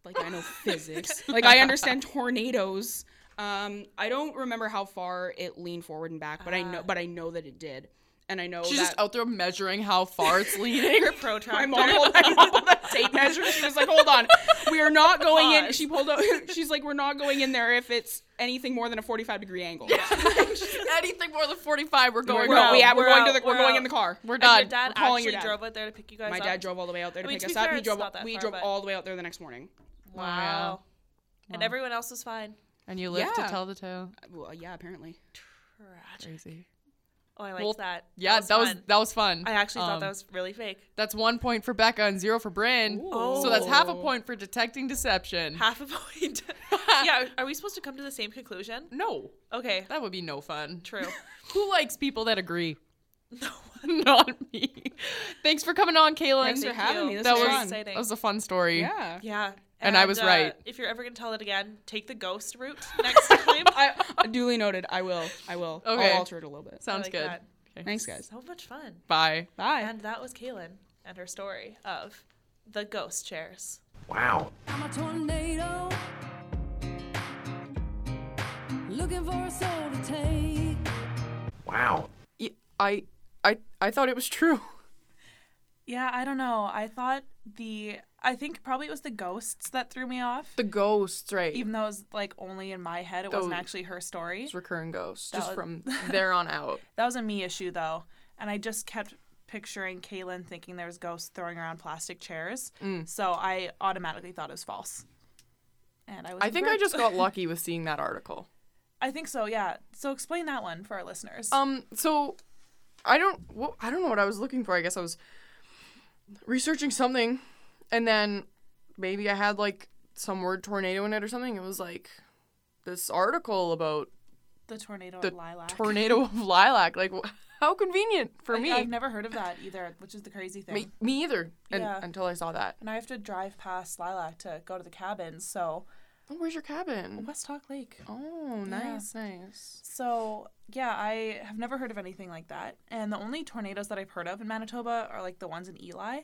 Speaker 3: like I know physics. Like I understand tornadoes. Um, I don't remember how far it leaned forward and back, but I know, but I know that it did, and I know
Speaker 1: Ah. she's
Speaker 3: that
Speaker 1: just out there measuring how far it's leading.
Speaker 2: Your protractor.
Speaker 3: my mom pulled, my mom pulled that tape measure. She was like, "Hold on, we are not going in." She pulled out. She's like, "We're not going in there if it's anything more than a forty-five degree angle."
Speaker 1: Anything more than forty five, we're
Speaker 3: We're,
Speaker 1: going.
Speaker 3: we're,
Speaker 1: out.
Speaker 2: out.
Speaker 3: yeah, we're,
Speaker 2: We're
Speaker 3: going
Speaker 2: out.
Speaker 3: to the. We're,
Speaker 2: We're
Speaker 3: going
Speaker 2: out.
Speaker 3: in the car.
Speaker 1: We're
Speaker 2: And
Speaker 1: done.
Speaker 2: Your dad
Speaker 3: I'm calling
Speaker 2: actually
Speaker 3: your dad.
Speaker 2: drove out there to pick you guys
Speaker 3: My
Speaker 2: up.
Speaker 3: dad drove all the way out there
Speaker 2: I
Speaker 3: to
Speaker 2: mean,
Speaker 3: pick
Speaker 2: to
Speaker 3: us
Speaker 2: be
Speaker 3: up.
Speaker 2: fair,
Speaker 3: He
Speaker 2: it's
Speaker 3: drove.
Speaker 2: not that
Speaker 3: we
Speaker 2: far,
Speaker 3: drove
Speaker 2: but-
Speaker 3: all the way out there the next morning.
Speaker 2: Wow.
Speaker 1: Wow.
Speaker 2: And everyone else was fine.
Speaker 1: and you live to
Speaker 3: Yeah.
Speaker 1: tell the tale.
Speaker 3: Well, yeah, apparently.
Speaker 2: Tragic.
Speaker 1: Crazy.
Speaker 2: Oh, I like
Speaker 1: Well,
Speaker 2: that.
Speaker 1: Yeah, that was
Speaker 2: fun.
Speaker 1: that was fun.
Speaker 2: I actually thought
Speaker 1: Um,
Speaker 2: that was really fake.
Speaker 1: That's one point for Becca and zero for Bryn.
Speaker 2: Ooh.
Speaker 1: So that's half a
Speaker 3: Ooh.
Speaker 1: point for detecting deception.
Speaker 2: Half a point. yeah, are we supposed to come to the same conclusion?
Speaker 1: no,
Speaker 2: Okay,
Speaker 1: that would be no fun.
Speaker 2: true.
Speaker 1: Who likes people that agree?
Speaker 2: No
Speaker 1: Not me. Thanks for coming on, Kaylin.
Speaker 3: Thanks for
Speaker 2: Thank
Speaker 3: having
Speaker 2: you.
Speaker 3: me. This
Speaker 1: that
Speaker 3: was
Speaker 1: was
Speaker 3: fun.
Speaker 2: exciting.
Speaker 1: that was a fun story.
Speaker 3: Yeah.
Speaker 2: Yeah. uh,
Speaker 1: And I was right.
Speaker 2: If you're ever gonna tell it again, take the ghost route next time.
Speaker 3: I duly noted. I will. I will.
Speaker 1: Okay.
Speaker 3: I'll alter it a little bit.
Speaker 1: Sounds
Speaker 2: like
Speaker 1: good.
Speaker 2: that.
Speaker 1: Okay.
Speaker 3: Thanks, guys.
Speaker 2: so much fun.
Speaker 1: Bye.
Speaker 3: Bye.
Speaker 2: And that was Kaylin and her story of the ghost chairs.
Speaker 5: Wow.
Speaker 6: I'm a tornado. Looking for a soul to take.
Speaker 5: Wow.
Speaker 1: Y- I I I thought it was true.
Speaker 2: Yeah, I don't know. I thought the I think probably it was the ghosts that threw me off.
Speaker 1: The ghosts, right?
Speaker 2: Even though it was like only in my head, it
Speaker 1: Those-
Speaker 2: wasn't actually her story.
Speaker 1: It's recurring ghosts, just
Speaker 2: was-
Speaker 1: from there on out.
Speaker 2: That was a me issue though, and I just kept picturing Kaylin thinking there was ghosts throwing around plastic chairs.
Speaker 1: Mm.
Speaker 2: So I automatically thought it was false. And I was
Speaker 1: I think I
Speaker 2: incorrect.
Speaker 1: just got lucky with seeing that article.
Speaker 2: I think so, yeah. So explain that one for our listeners.
Speaker 1: Um, so I don't well, I don't know what I was looking for. I guess I was researching something, and then maybe I had like some word tornado in it or something. It was like this article about
Speaker 2: the tornado
Speaker 1: the
Speaker 2: of lilac.
Speaker 1: tornado of lilac. Like, wh- how convenient for
Speaker 2: Like,
Speaker 1: me.
Speaker 2: I've never heard of that either, which is the crazy thing.
Speaker 1: me. Me either. And,
Speaker 2: Yeah.
Speaker 1: Until I saw that.
Speaker 2: And I have to drive past Lilac to go to the cabin, so
Speaker 1: Oh, where's your cabin?
Speaker 2: West Hawk Lake.
Speaker 1: Oh, nice, nice.
Speaker 2: So yeah, I have never heard of anything like that. And the only tornadoes that I've heard of in Manitoba are like the ones in Eli.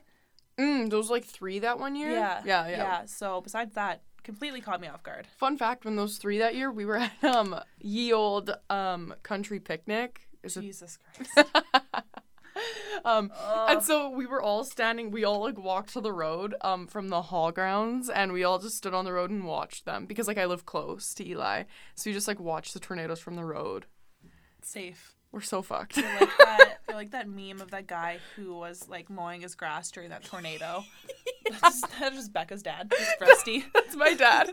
Speaker 1: Mm, those like three that one year.
Speaker 2: Yeah.
Speaker 1: yeah, yeah.
Speaker 2: Yeah. So besides that, completely caught me off guard.
Speaker 1: Fun fact: When those three that year, we were at um ye old um country picnic. Is it
Speaker 2: Jesus Christ.
Speaker 1: Um, and so we were all standing. We all like walked to the road um, from the hall grounds, and we all just stood on the road and watched them because like I live close to Eli, so you just like watch the tornadoes from the road.
Speaker 2: Safe.
Speaker 1: We're so fucked.
Speaker 2: I like that. I like that meme of that guy who was like mowing his grass during that tornado. That's, that's just Becca's dad. Just Rusty.
Speaker 1: That's my dad.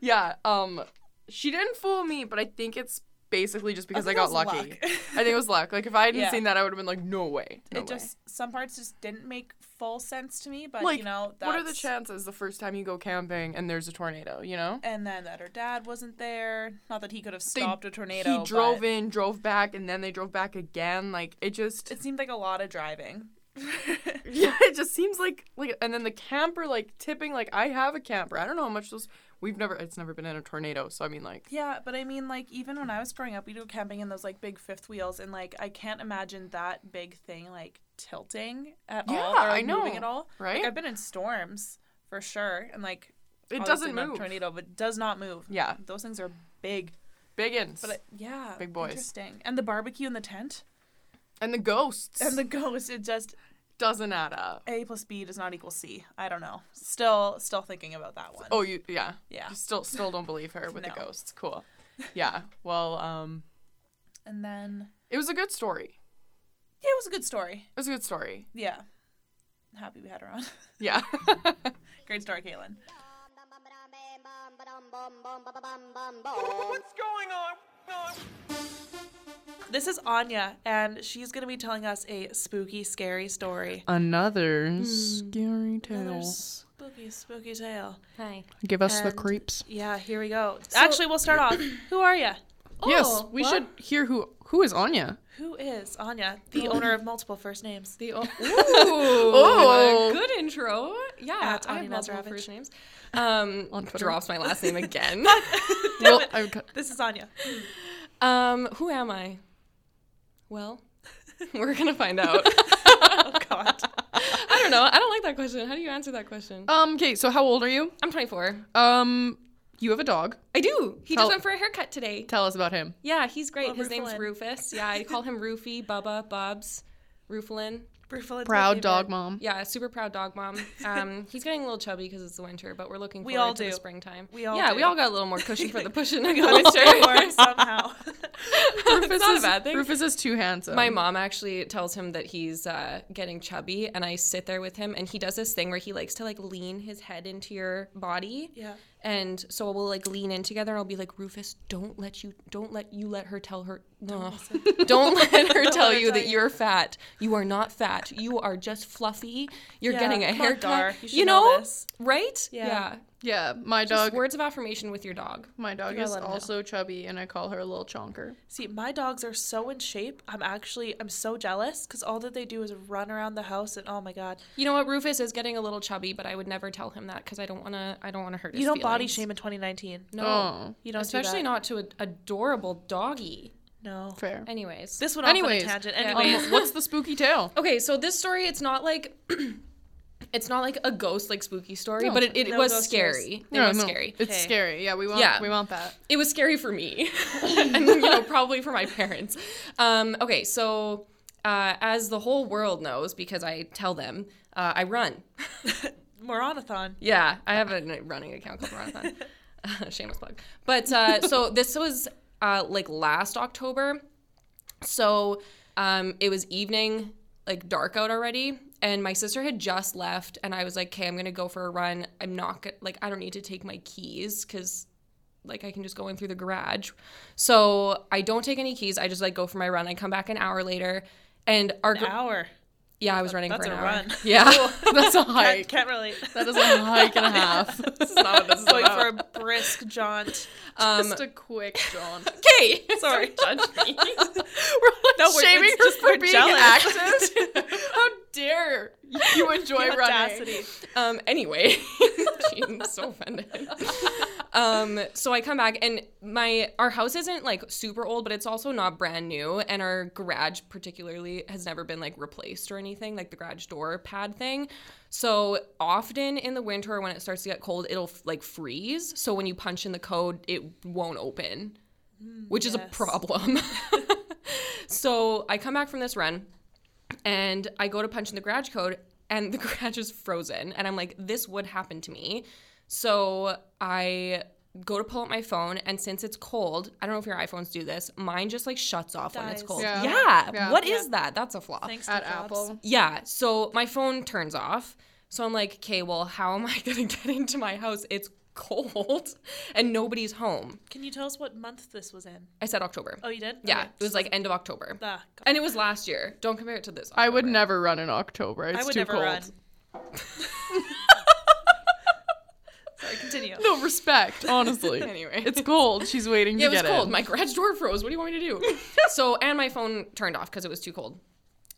Speaker 1: yeah. Um, she didn't fool me, but I think it's basically just because I,
Speaker 2: think it
Speaker 1: got
Speaker 2: was
Speaker 1: lucky.
Speaker 2: luck.
Speaker 1: I think it was luck. Like if I hadn't
Speaker 2: Yeah.
Speaker 1: seen that, I would have been like, no way. No
Speaker 2: it
Speaker 1: way.
Speaker 2: just some parts just didn't make full sense to me, but
Speaker 1: like
Speaker 2: you know that's,
Speaker 1: what are the chances the first time you go camping and there's a tornado? You know.
Speaker 2: And then that her dad wasn't there. Not that he could have
Speaker 1: they-
Speaker 2: stopped a tornado.
Speaker 1: He drove
Speaker 2: but
Speaker 1: in, drove back, and then they drove back again. Like it just,
Speaker 2: It seemed like a lot of driving.
Speaker 1: yeah, it just seems like like. And then the camper like tipping. Like I have a camper. I don't know how much those. We've never. It's never been in a tornado. So I mean, like
Speaker 2: Yeah, but I mean, like, even when I was growing up, we'd go camping in those, like, big fifth wheels, and, like, I can't imagine that big thing, like, tilting at all.
Speaker 1: Yeah,
Speaker 2: or,
Speaker 1: I
Speaker 2: like, Moving
Speaker 1: know,
Speaker 2: at all.
Speaker 1: right?
Speaker 2: Like, I've been in storms, for sure, and, like,
Speaker 1: it
Speaker 2: obviously
Speaker 1: doesn't
Speaker 2: not Oh, a
Speaker 1: move.
Speaker 2: tornado, but does not move.
Speaker 1: Yeah.
Speaker 2: Those things are big.
Speaker 1: Biggins
Speaker 2: But, I, yeah.
Speaker 1: Big boys.
Speaker 2: Interesting. And the barbecue in the tent.
Speaker 1: and the ghosts
Speaker 2: And the ghost, it just,
Speaker 1: doesn't add up.
Speaker 2: A plus B does not equal C. I don't know. Still, still thinking about that one.
Speaker 1: Oh, you yeah
Speaker 2: Yeah.
Speaker 1: You still still don't believe her with the
Speaker 2: No.
Speaker 1: ghosts. Cool. Yeah. Well, um,
Speaker 2: And then,
Speaker 1: it was a good story.
Speaker 2: yeah, it was a good story.
Speaker 1: It was a good story.
Speaker 2: Yeah. Happy we had her on.
Speaker 1: Yeah.
Speaker 2: Great story, Caitlin. This is Anya, and she's going to be telling us a spooky, scary story.
Speaker 1: Another scary
Speaker 2: Hmm.
Speaker 4: Oh,
Speaker 2: Another spooky, spooky tale.
Speaker 4: Hi.
Speaker 1: Give us the
Speaker 2: and-
Speaker 1: creeps.
Speaker 2: Yeah, here we go. Actually, we'll start off. Who are you?
Speaker 1: yes, we
Speaker 4: Oh, what?
Speaker 1: should hear who who is Anya.
Speaker 2: Who is Anya, the owner of multiple first names?
Speaker 4: Oh. The o- Ooh,
Speaker 1: Oh.
Speaker 4: good intro. Yeah,
Speaker 2: At
Speaker 4: I
Speaker 2: Ani
Speaker 4: have multiple
Speaker 2: Nazarovich.
Speaker 4: first names. Um,
Speaker 1: On Twitter.
Speaker 4: drops my last name again.
Speaker 1: Well, I've got-
Speaker 2: This is Anya.
Speaker 4: um, who am I? Well, we're gonna find out.
Speaker 2: Oh, God.
Speaker 4: I don't know. I don't like that question. How do you answer that question?
Speaker 1: um, okay, so how old are you?
Speaker 4: I'm 24.
Speaker 1: Um, you have a dog.
Speaker 4: I do. He
Speaker 1: How-
Speaker 4: just went for a haircut today.
Speaker 1: Tell us about him.
Speaker 4: Yeah, he's great.
Speaker 2: Love
Speaker 4: His
Speaker 2: Rufalin.
Speaker 4: name's Rufus. Yeah, I call him Rufy, Bubba, Bubs, Rufalin.
Speaker 2: Brufel, it's my
Speaker 1: Proud dog
Speaker 2: favorite.
Speaker 1: mom.
Speaker 4: Yeah, super proud dog mom. Um, he's getting a little chubby because it's the winter, but we're looking
Speaker 2: We
Speaker 4: forward
Speaker 2: all
Speaker 4: to
Speaker 2: do.
Speaker 4: the springtime.
Speaker 2: We all
Speaker 4: yeah, we
Speaker 2: do.
Speaker 4: all got a little more cushion for the pushing. I
Speaker 2: Gotta
Speaker 4: got
Speaker 2: show for him somehow.
Speaker 4: it's not a bad thing.
Speaker 1: Rufus is too handsome.
Speaker 4: My mom actually tells him that he's uh, getting chubby, and I sit there with him, and he does this thing where he likes to like lean his head into your body.
Speaker 2: Yeah.
Speaker 4: And so we'll like lean in together. and I'll be like, Rufus, don't let you, don't let you let her tell her, no, don't let her tell
Speaker 2: her
Speaker 4: you
Speaker 2: tell
Speaker 4: that
Speaker 2: you.
Speaker 4: you're fat. You are not fat. You are just fluffy. You're
Speaker 2: Yeah,
Speaker 4: getting a
Speaker 2: come on, Dar,
Speaker 4: haircut.
Speaker 2: you
Speaker 4: You,
Speaker 2: should know
Speaker 4: know,
Speaker 2: this.
Speaker 4: right?
Speaker 2: Yeah.
Speaker 1: Yeah, my
Speaker 4: Just
Speaker 1: dog.
Speaker 4: words of affirmation with your dog.
Speaker 1: My dog
Speaker 4: gotta
Speaker 1: is
Speaker 4: let him know.
Speaker 1: also chubby, and I call her a little chonker.
Speaker 2: See, my dogs are so in shape. I'm actually, I'm so jealous because all that they do is run around the house, and oh my god,
Speaker 4: You know what? Rufus is getting a little chubby, but I would never tell him that because I don't want to. I don't want to hurt.
Speaker 2: you
Speaker 4: his
Speaker 2: don't body
Speaker 4: feelings.
Speaker 2: shame in 2019.
Speaker 4: No.
Speaker 1: Oh,
Speaker 2: You don't, do
Speaker 4: especially
Speaker 2: that.
Speaker 4: not to an adorable doggy.
Speaker 2: No.
Speaker 1: fair.
Speaker 4: Anyways,
Speaker 2: This went
Speaker 1: Anyways,
Speaker 2: off on a tangent.
Speaker 4: yeah.
Speaker 2: Anyways,
Speaker 1: Um, what's the spooky tale?
Speaker 4: okay. So this story, it's not like. It's not like a ghost, like spooky story,
Speaker 1: No,
Speaker 4: but
Speaker 1: it's
Speaker 4: it, it
Speaker 2: no
Speaker 4: was
Speaker 2: ghost
Speaker 4: scary. It was scary.
Speaker 1: It's
Speaker 2: Okay.
Speaker 1: scary. Yeah, we want.
Speaker 4: Yeah.
Speaker 1: we want that.
Speaker 4: It was scary for me, and you know probably for my parents. Um, okay, so uh, as the whole world knows, because I tell them, uh, I run. Um,
Speaker 2: Moronathon.
Speaker 4: Yeah, I have a running account called Marathon. Shameless plug. But uh, so this was uh, like last October. So um, it was evening, like dark out already. And my sister had just left, and I was like, okay, I'm going to go for a run. I'm not going to, like, I don't need to take my keys because like I can just go in through the garage. So I don't take any keys. I just like go for my run. I come back an hour later. And our gr-
Speaker 2: An hour.
Speaker 4: yeah, I was running
Speaker 2: That's
Speaker 4: for
Speaker 2: a
Speaker 4: an hour.
Speaker 2: run.
Speaker 4: Yeah,
Speaker 1: That's a
Speaker 2: I
Speaker 1: hike.
Speaker 2: can't relate.
Speaker 1: That is a hike and a half.
Speaker 4: that's not what this is
Speaker 2: Going
Speaker 4: about.
Speaker 2: for a brisk jaunt.
Speaker 4: Um,
Speaker 1: Just a quick jaunt.
Speaker 4: okay,
Speaker 2: Sorry.
Speaker 4: judge me.
Speaker 2: No, we're,
Speaker 1: Shaming her
Speaker 2: it's just
Speaker 1: for
Speaker 2: we're
Speaker 1: being
Speaker 2: jealous.
Speaker 1: active. How dare you enjoy running?
Speaker 2: Audacity.
Speaker 4: Um, anyway, I'm so offended. Um, so I come back and my our house isn't like super old, but it's also not brand new. And our garage particularly has never been like replaced or anything, like the garage door pad thing. So often in the winter when it starts to get cold, it'll like freeze. So when you punch in the code, it won't open, which is a problem. so I come back from this run and I go to punch in the garage code and the garage is frozen and I'm like this would happen to me. So I go to pull up my phone and since it's cold, I don't know if your iPhones do this, mine just like shuts off when it's
Speaker 2: Dies.
Speaker 4: cold.
Speaker 1: Yeah.
Speaker 4: Yeah.
Speaker 1: Yeah.
Speaker 4: What is that? That's a flaw.
Speaker 2: Thanks to
Speaker 1: At
Speaker 2: Jobs.
Speaker 1: Apple.
Speaker 4: Yeah. So my phone turns off. So I'm like, okay, well, how am I gonna get into my house? It's cold and nobody's home.
Speaker 2: Can you tell us what month this was in?
Speaker 4: I said October.
Speaker 2: Oh, you did?
Speaker 4: yeah,
Speaker 2: Okay.
Speaker 4: it was like end of October.
Speaker 2: Ah, God.
Speaker 4: and it was last year. Don't compare it to this.
Speaker 1: I would
Speaker 4: October.
Speaker 1: never run in October. It's
Speaker 2: I would
Speaker 1: too
Speaker 2: never
Speaker 1: cold.
Speaker 2: run. Sorry, continue.
Speaker 1: No respect, honestly.
Speaker 4: Anyway.
Speaker 1: it's cold. She's waiting to
Speaker 4: Yeah, it was
Speaker 1: get
Speaker 4: cold.
Speaker 1: in.
Speaker 4: My garage door froze. What do you want me to do? so, and my phone turned off because it was too cold.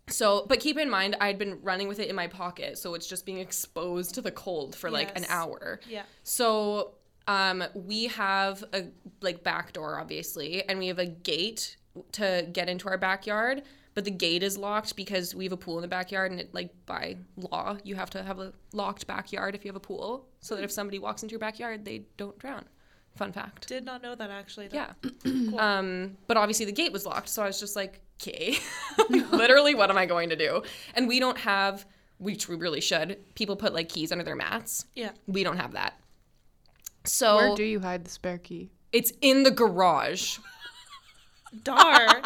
Speaker 4: So, but keep in mind, I'd been running with it in my pocket, so it's just being exposed to the cold for like an
Speaker 2: Yes.
Speaker 4: hour.
Speaker 2: Yeah.
Speaker 4: So, um, we have a like back door, obviously, and we have a gate to get into our backyard. But the gate is locked because we have a pool in the backyard, and it like by law, you have to have a locked backyard if you have a pool, so that if somebody walks into your backyard, they don't drown. Fun fact.
Speaker 2: Did not know that actually. though.
Speaker 4: Yeah. Um, but obviously the gate was locked, so I was just like, okay, literally, what am I going to do? And we don't have, which we really should. People put like keys under their mats.
Speaker 2: Yeah.
Speaker 4: We don't have that. So
Speaker 1: Where do you hide the spare key?
Speaker 4: it's in the garage.
Speaker 2: Dar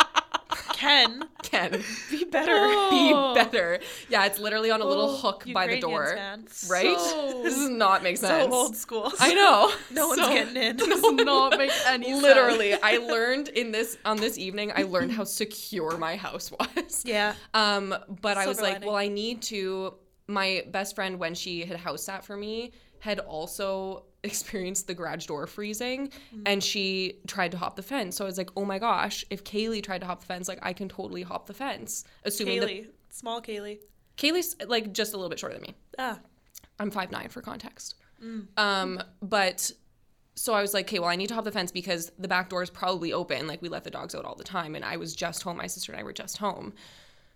Speaker 2: Ken
Speaker 4: Ken,
Speaker 2: be better.
Speaker 4: be better. Yeah, it's literally on a little
Speaker 2: Oh,
Speaker 4: hook by the
Speaker 2: Ukrainians,
Speaker 4: door.
Speaker 2: man.
Speaker 4: Right? this does not make
Speaker 2: So
Speaker 4: sense.
Speaker 2: old school.
Speaker 4: I know.
Speaker 2: no one's
Speaker 4: So-
Speaker 2: getting in.
Speaker 1: Does not make any sense.
Speaker 4: Literally, I learned in this on this evening. I learned how secure my house was.
Speaker 2: Yeah.
Speaker 4: Um, but I was
Speaker 2: Silver
Speaker 4: like,
Speaker 2: lining.
Speaker 4: well, I need to. My best friend, when she had house sat for me, had also experienced the garage door freezing,
Speaker 2: Mm-hmm.
Speaker 4: and she tried to hop the fence. So I was like, oh my gosh, if Kaylee tried to hop the fence, like I can totally hop the fence, assuming
Speaker 2: Kaylee. Small Kaylee.
Speaker 4: that Kaylee's like just a little bit shorter than me.
Speaker 2: Ah.
Speaker 4: I'm five nine for context. Um, but so I was like, okay, well, I need to hop the fence because the back door is probably open. Like we let the dogs out all the time, and I was just home. My sister and I were just home,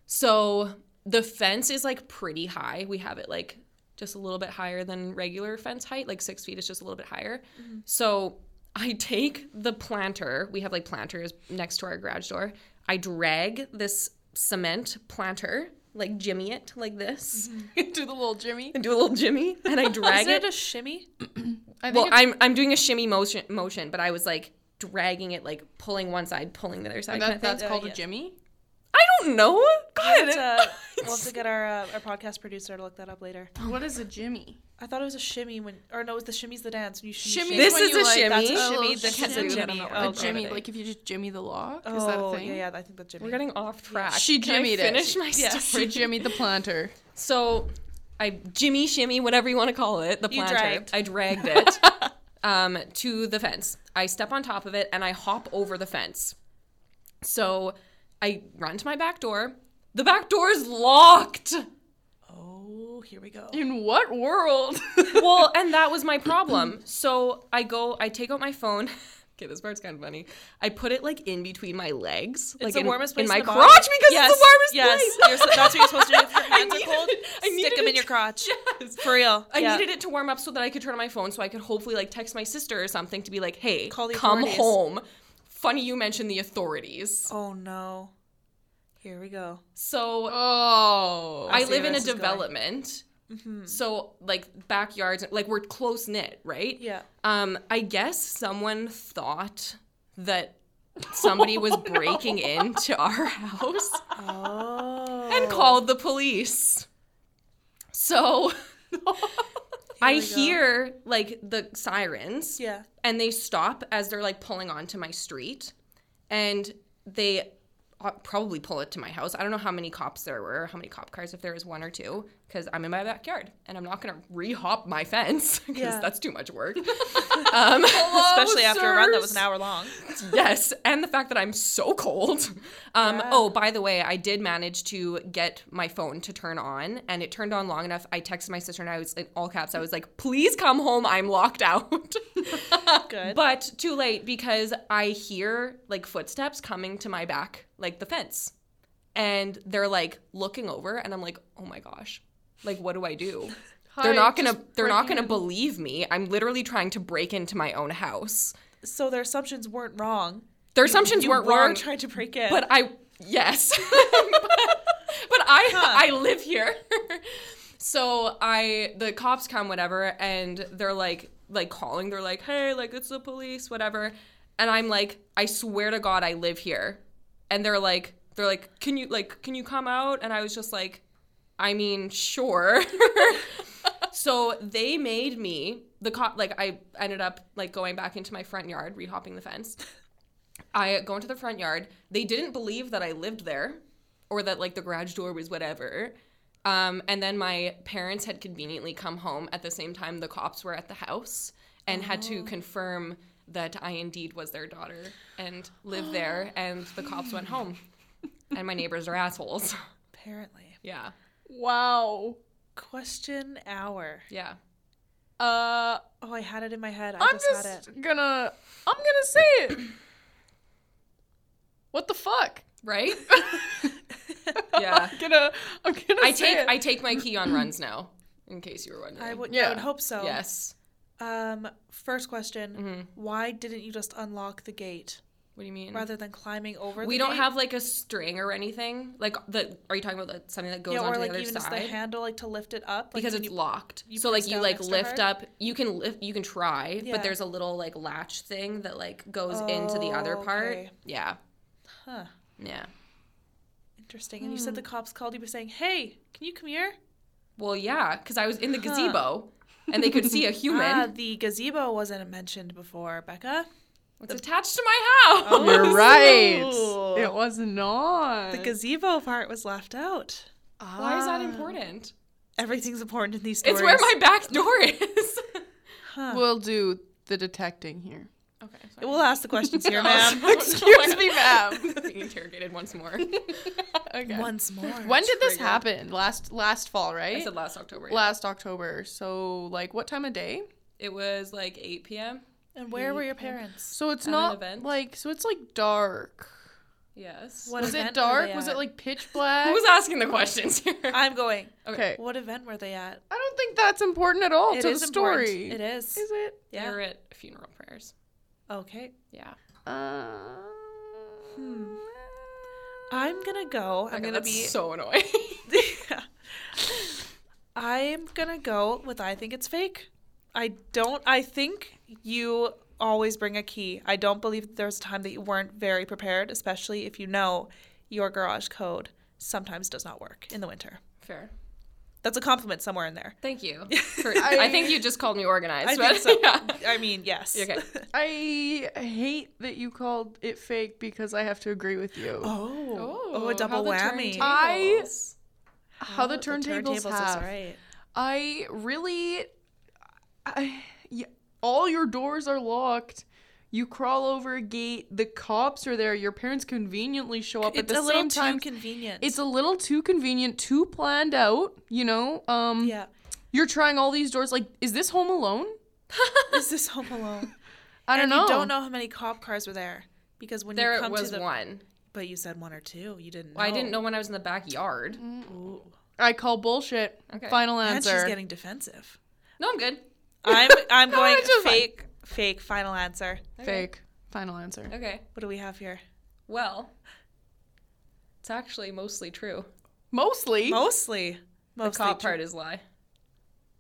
Speaker 4: so the fence is like pretty high. We have it like just a little bit higher than regular fence height, like six feet is just a little bit higher.
Speaker 1: Mm-hmm.
Speaker 4: So I take the planter. We have like planters next to our garage door. I drag this cement planter, like jimmy it like this,
Speaker 1: Mm-hmm. Do the little Jimmy.
Speaker 4: and do a little jimmy, and I drag
Speaker 2: Is it a shimmy?
Speaker 1: I think
Speaker 4: well,
Speaker 1: it's-
Speaker 4: I'm I'm doing a shimmy motion motion, but I was like dragging it, like pulling one side, pulling the other side. kind
Speaker 1: that,
Speaker 4: of thing.
Speaker 1: that's called
Speaker 2: yeah.
Speaker 1: a Jimmy.
Speaker 4: I don't know. God,
Speaker 2: But, uh, we'll have to get our uh, our podcast producer to look that up later.
Speaker 1: What is a Jimmy?
Speaker 2: I thought it was a shimmy when, or no, it was the shimmy's the dance when you shimmy.
Speaker 1: Shimmy
Speaker 2: shake.
Speaker 4: this
Speaker 1: when
Speaker 4: is
Speaker 1: you,
Speaker 4: a
Speaker 1: like-
Speaker 4: shimmy.
Speaker 2: That's
Speaker 1: a
Speaker 2: a
Speaker 1: little
Speaker 2: shimmy. This is
Speaker 1: shimmy.
Speaker 2: a
Speaker 1: I
Speaker 4: don't
Speaker 2: jimmy.
Speaker 4: know
Speaker 2: Oh,
Speaker 4: what
Speaker 1: Oh, a
Speaker 4: the
Speaker 2: okay.
Speaker 1: Jimmy,
Speaker 4: okay.
Speaker 1: like if you just Jimmy the lock,
Speaker 2: Oh,
Speaker 1: is that a thing?
Speaker 2: yeah, yeah. I think that's jimmy.
Speaker 4: We're getting off track.
Speaker 1: She
Speaker 4: Can I
Speaker 1: jimmied it.
Speaker 4: Finish my
Speaker 2: Yes.
Speaker 1: She
Speaker 4: story.
Speaker 1: Jimmy the planter.
Speaker 4: So I jimmy shimmy, whatever you want to call it, the
Speaker 2: You
Speaker 4: planter.
Speaker 2: dragged.
Speaker 4: I dragged it um, to the fence. I step on top of it and I hop over the fence. So I run to my back door. The back door is locked.
Speaker 2: Oh, here we go.
Speaker 1: In what world?
Speaker 4: well, and that was my problem. So I go, I take out my phone. Okay, this part's kind of funny. I put it like in between my legs,
Speaker 2: It's
Speaker 4: like
Speaker 2: the
Speaker 4: in,
Speaker 2: warmest
Speaker 4: in
Speaker 2: place
Speaker 4: my
Speaker 2: in the body.
Speaker 4: crotch because it's the warmest
Speaker 2: yes,
Speaker 4: place.
Speaker 2: You're, so- that's what you're supposed to do. If your hands are
Speaker 4: needed-
Speaker 2: cold,
Speaker 4: I
Speaker 2: stick
Speaker 4: needed
Speaker 2: them in
Speaker 4: it.
Speaker 2: your crotch.
Speaker 4: Yes.
Speaker 2: For real.
Speaker 4: I
Speaker 2: Yeah.
Speaker 4: needed it to warm up so that I could turn on my phone so I could hopefully like text my sister or something to be like, hey,
Speaker 2: Call the
Speaker 4: come
Speaker 2: authorities.
Speaker 4: home. Funny you mentioned the authorities.
Speaker 2: Oh no. Here we go.
Speaker 4: So
Speaker 1: oh.
Speaker 4: I
Speaker 2: see
Speaker 4: live
Speaker 2: where
Speaker 4: in a
Speaker 2: this is going.
Speaker 4: development.
Speaker 2: Mm-hmm.
Speaker 4: So like backyards, like we're close knit, right?
Speaker 2: Yeah.
Speaker 4: Um, I guess someone thought that somebody was breaking into our house
Speaker 2: Oh.
Speaker 4: and called the police. So I
Speaker 2: we go.
Speaker 4: hear like the sirens
Speaker 2: Yeah.
Speaker 4: and they stop as they're like pulling onto my street and they uh, probably pull it to my house. I don't know how many cops there were, how many cop cars, if there was one or two, because I'm in my backyard and I'm not going to re hop my fence because
Speaker 2: Yeah.
Speaker 4: that's too much work. Um,
Speaker 2: especially after a run that was an hour long.
Speaker 4: yes, and the fact that I'm so cold. Um, Oh, by the way, I did manage to get my phone to turn on, and it turned on long enough. I texted my sister, and I was in all caps. I was like, "Please come home. I'm locked out."
Speaker 2: Good.
Speaker 4: but too late because I hear like footsteps coming to my back, like the fence, and they're like looking over, and I'm like, "Oh my gosh, like what do I do?" They're
Speaker 1: Hi,
Speaker 4: not gonna.
Speaker 1: just
Speaker 4: They're not
Speaker 1: breaking
Speaker 4: gonna
Speaker 1: in.
Speaker 4: believe me. I'm literally trying to break into my own house.
Speaker 2: so their assumptions weren't wrong.
Speaker 4: Their assumptions
Speaker 2: You
Speaker 4: weren't
Speaker 2: were
Speaker 4: wrong.
Speaker 2: trying to break in.
Speaker 4: but I yes, but, but I I live here. so I the cops come whatever, and they're like like calling. They're like, hey, like it's the police, whatever. And I'm like, I swear to God, I live here. And they're like, they're like, can you like can you come out? And I was just like, I mean, sure. so they made me the cop. Like I ended up like going back into my front yard, rehopping the fence. I go into the front yard. They didn't believe that I lived there or that like the garage door was whatever. Um, and then my parents had conveniently come home at the same time the cops were at the house and had to confirm that I indeed was their daughter and lived there. And the cops went home. And my neighbors are assholes.
Speaker 2: apparently,
Speaker 4: Yeah.
Speaker 1: Wow.
Speaker 2: question hour.
Speaker 4: Yeah.
Speaker 1: Uh,
Speaker 2: Oh, I had it in my head. I
Speaker 1: I'm
Speaker 2: just,
Speaker 1: just,
Speaker 2: had it.
Speaker 1: gonna. I'm gonna say it. what the fuck?
Speaker 4: Right? yeah.
Speaker 1: I'm gonna. I'm gonna
Speaker 4: I
Speaker 1: say
Speaker 4: take
Speaker 1: it.
Speaker 4: I take my key on runs now, in case you were wondering.
Speaker 2: I would, I
Speaker 1: Yeah.
Speaker 2: would hope so.
Speaker 4: Yes. Mm-hmm.
Speaker 2: Um, first question: Why didn't you just unlock the gate
Speaker 4: What do you mean?
Speaker 2: rather than climbing over?
Speaker 4: We
Speaker 2: the
Speaker 4: don't
Speaker 2: gate?
Speaker 4: have like a string or anything. Like the are you talking about like, something that goes
Speaker 2: yeah,
Speaker 4: onto
Speaker 2: or
Speaker 4: the
Speaker 2: like
Speaker 4: other
Speaker 2: even just
Speaker 4: side?
Speaker 2: the handle, like to lift it up. Like
Speaker 4: because
Speaker 2: when
Speaker 4: it's
Speaker 2: you-
Speaker 4: locked.
Speaker 2: you
Speaker 4: so like
Speaker 2: press
Speaker 4: you
Speaker 2: down
Speaker 4: like
Speaker 2: next to
Speaker 4: lift
Speaker 2: her?
Speaker 4: up. You can lift. You can try,
Speaker 2: Yeah.
Speaker 4: but there's a little like latch thing that like goes into the other
Speaker 2: Oh,
Speaker 4: part.
Speaker 2: okay.
Speaker 4: Yeah.
Speaker 2: Huh.
Speaker 4: Yeah.
Speaker 2: Interesting. And you
Speaker 4: Hmm.
Speaker 2: said the cops called you, by saying, "Hey, can you come here?"
Speaker 4: Well, yeah, because I was in the gazebo, and they could see a human
Speaker 2: Ah, the gazebo wasn't mentioned before, Becca.
Speaker 4: It's attached to my
Speaker 2: Oh,
Speaker 4: house.
Speaker 1: You're right.
Speaker 2: Ooh.
Speaker 1: It was not.
Speaker 2: The gazebo part was left out.
Speaker 4: Why is that important?
Speaker 2: Everything's important in these stories.
Speaker 4: It's where my back door is.
Speaker 1: we'll do the detecting here.
Speaker 4: okay. So
Speaker 2: We'll ask the questions here, ma'am.
Speaker 1: Excuse me, ma'am.
Speaker 4: I'm being interrogated once more.
Speaker 1: Okay.
Speaker 2: Once more.
Speaker 1: when did this happen? Last last fall, right?
Speaker 4: I said last October. yeah.
Speaker 1: last October. So like what time of day?
Speaker 4: It was like 8 p.m.
Speaker 2: And where were your parents?
Speaker 1: So it's
Speaker 4: At an
Speaker 1: not
Speaker 4: event?
Speaker 1: like so it's like dark.
Speaker 4: Yes.
Speaker 2: What
Speaker 1: Was it
Speaker 2: event were they
Speaker 1: dark? Was
Speaker 2: at?
Speaker 1: it like pitch black?
Speaker 4: Who's asking the questions here?
Speaker 2: I'm going.
Speaker 1: okay.
Speaker 2: What event were they at?
Speaker 1: I don't think that's important at all
Speaker 2: It
Speaker 1: to
Speaker 2: is
Speaker 1: the
Speaker 2: important.
Speaker 1: story.
Speaker 2: It is.
Speaker 1: Is it?
Speaker 4: They
Speaker 2: Yeah.
Speaker 4: were at funeral prayers.
Speaker 2: Okay.
Speaker 4: Yeah.
Speaker 1: Uh,
Speaker 2: I'm gonna go. I'm
Speaker 4: Okay,
Speaker 2: gonna
Speaker 4: that's
Speaker 2: be.
Speaker 4: so annoying.
Speaker 2: I'm gonna go with I think it's fake. I don't. I think you always bring a key. I don't believe that there was a time that you weren't very prepared, especially if you know your garage code sometimes does not work in the winter.
Speaker 4: Fair.
Speaker 2: That's a compliment somewhere in there.
Speaker 4: Thank you. For, I, think you just called me organized.
Speaker 2: I
Speaker 4: but
Speaker 2: think so.
Speaker 4: yeah.
Speaker 2: I mean, yes.
Speaker 4: Okay.
Speaker 1: I hate that you called it fake because I have to agree with you.
Speaker 2: Oh. a double
Speaker 4: the
Speaker 2: whammy.
Speaker 4: turntables.
Speaker 1: I- How the
Speaker 2: The
Speaker 1: turntables,
Speaker 2: is
Speaker 1: have.
Speaker 2: right.
Speaker 1: I really, I, y- all your doors are locked. You crawl over a gate. The cops are there. Your parents conveniently show up at
Speaker 2: It's
Speaker 1: the
Speaker 2: a little
Speaker 1: same
Speaker 2: too
Speaker 1: time.
Speaker 2: convenient.
Speaker 1: it's a little too convenient, too planned out. You know, um,
Speaker 2: yeah.
Speaker 1: you're trying all these doors. Like, is this Home Alone?
Speaker 2: Is this Home Alone?
Speaker 1: I don't
Speaker 2: and
Speaker 1: know.
Speaker 2: you don't know how many cop cars were there because when you
Speaker 4: There
Speaker 2: come
Speaker 4: was
Speaker 2: to the
Speaker 4: one.
Speaker 2: but you said one or two. You didn't. Know.
Speaker 4: Well, I didn't know when I was in the backyard.
Speaker 1: I call bullshit.
Speaker 4: Okay.
Speaker 1: Final
Speaker 2: And
Speaker 1: answer.
Speaker 2: she's getting defensive.
Speaker 4: No, I'm good.
Speaker 2: I'm I'm going
Speaker 1: it's just
Speaker 2: fake fake final answer.
Speaker 1: Fake. Final answer.
Speaker 4: Okay.
Speaker 2: What do we have here?
Speaker 4: Well, it's actually mostly true.
Speaker 1: Mostly.
Speaker 2: Mostly. Mostly
Speaker 4: The cop
Speaker 2: true.
Speaker 4: part is lie.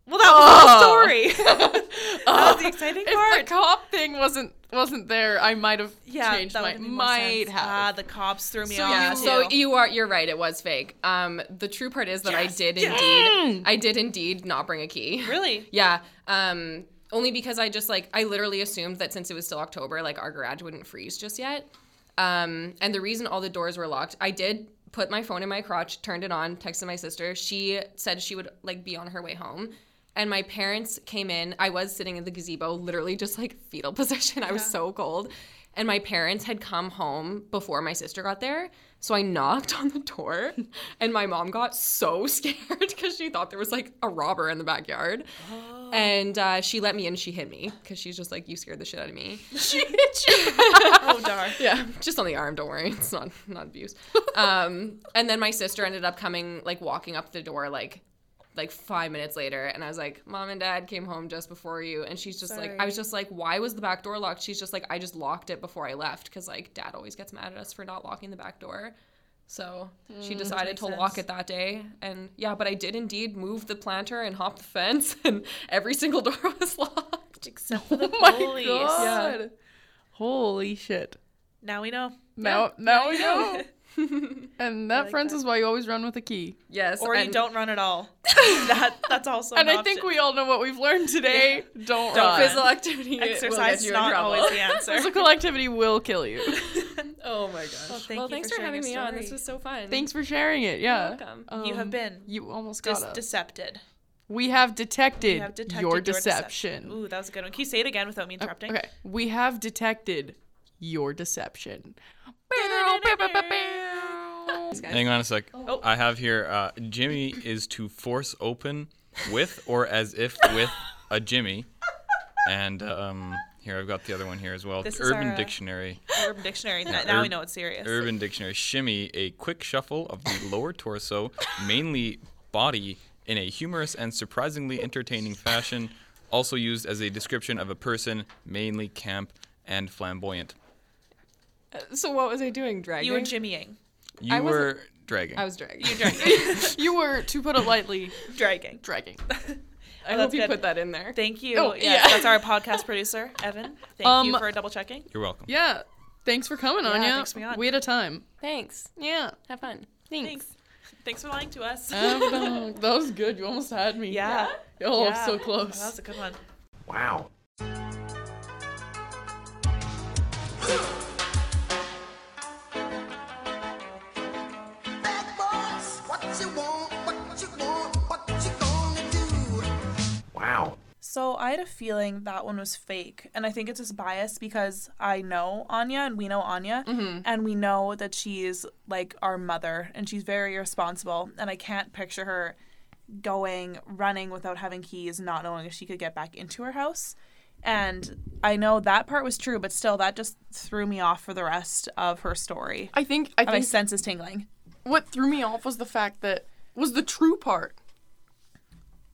Speaker 2: Well, that
Speaker 4: Oh.
Speaker 2: was the whole story. that was the exciting
Speaker 1: if
Speaker 2: part.
Speaker 1: the cop thing wasn't wasn't there, I might have
Speaker 2: yeah,
Speaker 1: changed
Speaker 2: that
Speaker 1: my
Speaker 2: would make more
Speaker 1: might
Speaker 2: sense.
Speaker 1: have.
Speaker 2: Ah, the cops threw me
Speaker 4: So
Speaker 2: off.
Speaker 4: yeah,
Speaker 2: too.
Speaker 4: so e- you are you're right. It was fake. Um, the true part is that I did indeed, I did indeed not bring a key.
Speaker 2: really?
Speaker 4: Yeah. Um, only because I just like I literally assumed that since it was still October, like our garage wouldn't freeze just yet. Um, and the reason all the doors were locked, I did put my phone in my crotch, turned it on, texted my sister. She said she would like be on her way home. and my parents came in. I was sitting in the gazebo, literally just like fetal position. I was so cold. And my parents had come home before my sister got there. So I knocked on the door, and my mom got so scared because she thought there was like a robber in the backyard. And uh, she let me in, she hit me because she's just like, You scared the shit out of me.
Speaker 2: Oh darn.
Speaker 4: Yeah, just on the arm. Don't worry, it's not not abuse. Um, and then my sister ended up coming, like walking up the door, like like five minutes later, and I was like, "Mom and Dad came home just before you." And she's just like, "I was just like, why was the back door locked?" She's just like, "I just locked it before I left because like Dad always gets mad at us for not locking the back door." So she decided to lock it that day, and yeah, but I did indeed move the planter and hop the fence, and every single door was locked.
Speaker 2: Except for
Speaker 4: Oh
Speaker 1: Oh
Speaker 2: the police.
Speaker 4: Yeah.
Speaker 1: Holy shit.
Speaker 2: Now we know.
Speaker 1: Now, now we know. and that, friends, is why you always run with a key.
Speaker 4: Yes,
Speaker 2: Or you
Speaker 4: and-
Speaker 2: don't run at all. that that's also
Speaker 1: And
Speaker 2: an
Speaker 1: I think
Speaker 2: option.
Speaker 1: we all know what we've learned today. Don't, run.
Speaker 4: physical activity will get
Speaker 2: exercise is
Speaker 4: you in
Speaker 2: not
Speaker 4: trouble.
Speaker 2: always the answer.
Speaker 1: Physical activity will kill you.
Speaker 4: Oh my gosh. Well,
Speaker 2: thank you
Speaker 4: thanks
Speaker 2: for
Speaker 4: for,
Speaker 2: sharing
Speaker 4: having
Speaker 2: your
Speaker 4: me on. This
Speaker 2: story.
Speaker 4: was so fun.
Speaker 1: Thanks for sharing it. Yeah.
Speaker 4: welcome.
Speaker 2: you
Speaker 1: Um,
Speaker 2: have been
Speaker 1: You almost got
Speaker 2: dis-
Speaker 1: us.
Speaker 2: decepted.
Speaker 1: we have detected,
Speaker 2: You have detected
Speaker 1: your,
Speaker 2: deception.
Speaker 1: deception. Uh,
Speaker 2: Ooh, that was a good one. Can you say it again without me interrupting?
Speaker 1: Okay. We have detected your deception.
Speaker 7: Hang on a sec.
Speaker 2: Oh.
Speaker 7: I have here uh, Jimmy is to force open with or as if with a Jimmy. And um, here, I've got the other one here as well.
Speaker 2: This is
Speaker 7: Urban
Speaker 2: our, uh,
Speaker 7: Dictionary.
Speaker 2: Urban Dictionary. Now- now we
Speaker 7: Urb-
Speaker 2: know it's serious.
Speaker 7: Urban Dictionary. Shimmy, a quick shuffle of the lower torso, mainly body, in a humorous and surprisingly entertaining fashion. Also used as a description of a person, mainly camp and flamboyant.
Speaker 4: So what was I doing? Dragging?
Speaker 2: You were jimmying,
Speaker 7: You
Speaker 4: I wasn't-
Speaker 7: were dragging.
Speaker 4: I was dragging.
Speaker 1: You were, to put it lightly,
Speaker 2: dragging.
Speaker 1: dragging.
Speaker 4: I
Speaker 2: Oh, that's
Speaker 4: hope you
Speaker 2: good.
Speaker 4: put that in there.
Speaker 2: Thank you.
Speaker 1: Oh,
Speaker 2: yes,
Speaker 1: yeah.
Speaker 2: that's our podcast producer, Evan. Thank
Speaker 1: Um,
Speaker 2: you for double checking.
Speaker 7: You're welcome.
Speaker 1: Yeah. Thanks for coming,
Speaker 2: Yeah,
Speaker 1: Anya.
Speaker 2: thanks for being on.
Speaker 1: We had a time.
Speaker 4: Thanks.
Speaker 1: Yeah.
Speaker 4: Have fun.
Speaker 2: Thanks. Thanks for lying to us.
Speaker 1: Um, that was good. You almost had me.
Speaker 2: yeah.
Speaker 1: Oh,
Speaker 2: Yeah.
Speaker 1: so
Speaker 2: That
Speaker 1: close.
Speaker 2: was a good one.
Speaker 8: Wow.
Speaker 9: Bad boys, what you want, what you want, what you gonna do?
Speaker 8: Wow.
Speaker 2: So I had a feeling that one was fake, and I think it's just bias because I know Anya and we know Anya,
Speaker 1: Mm-hmm.
Speaker 2: and we know that she's like our mother and she's very responsible, and I can't picture her going running without having keys, not knowing if she could get back into her house. And I know that part was true, but still, that just threw me off for the rest of her story.
Speaker 1: I think I
Speaker 2: And my
Speaker 1: think
Speaker 2: senses tingling.
Speaker 1: what threw me off was the fact that was the true part.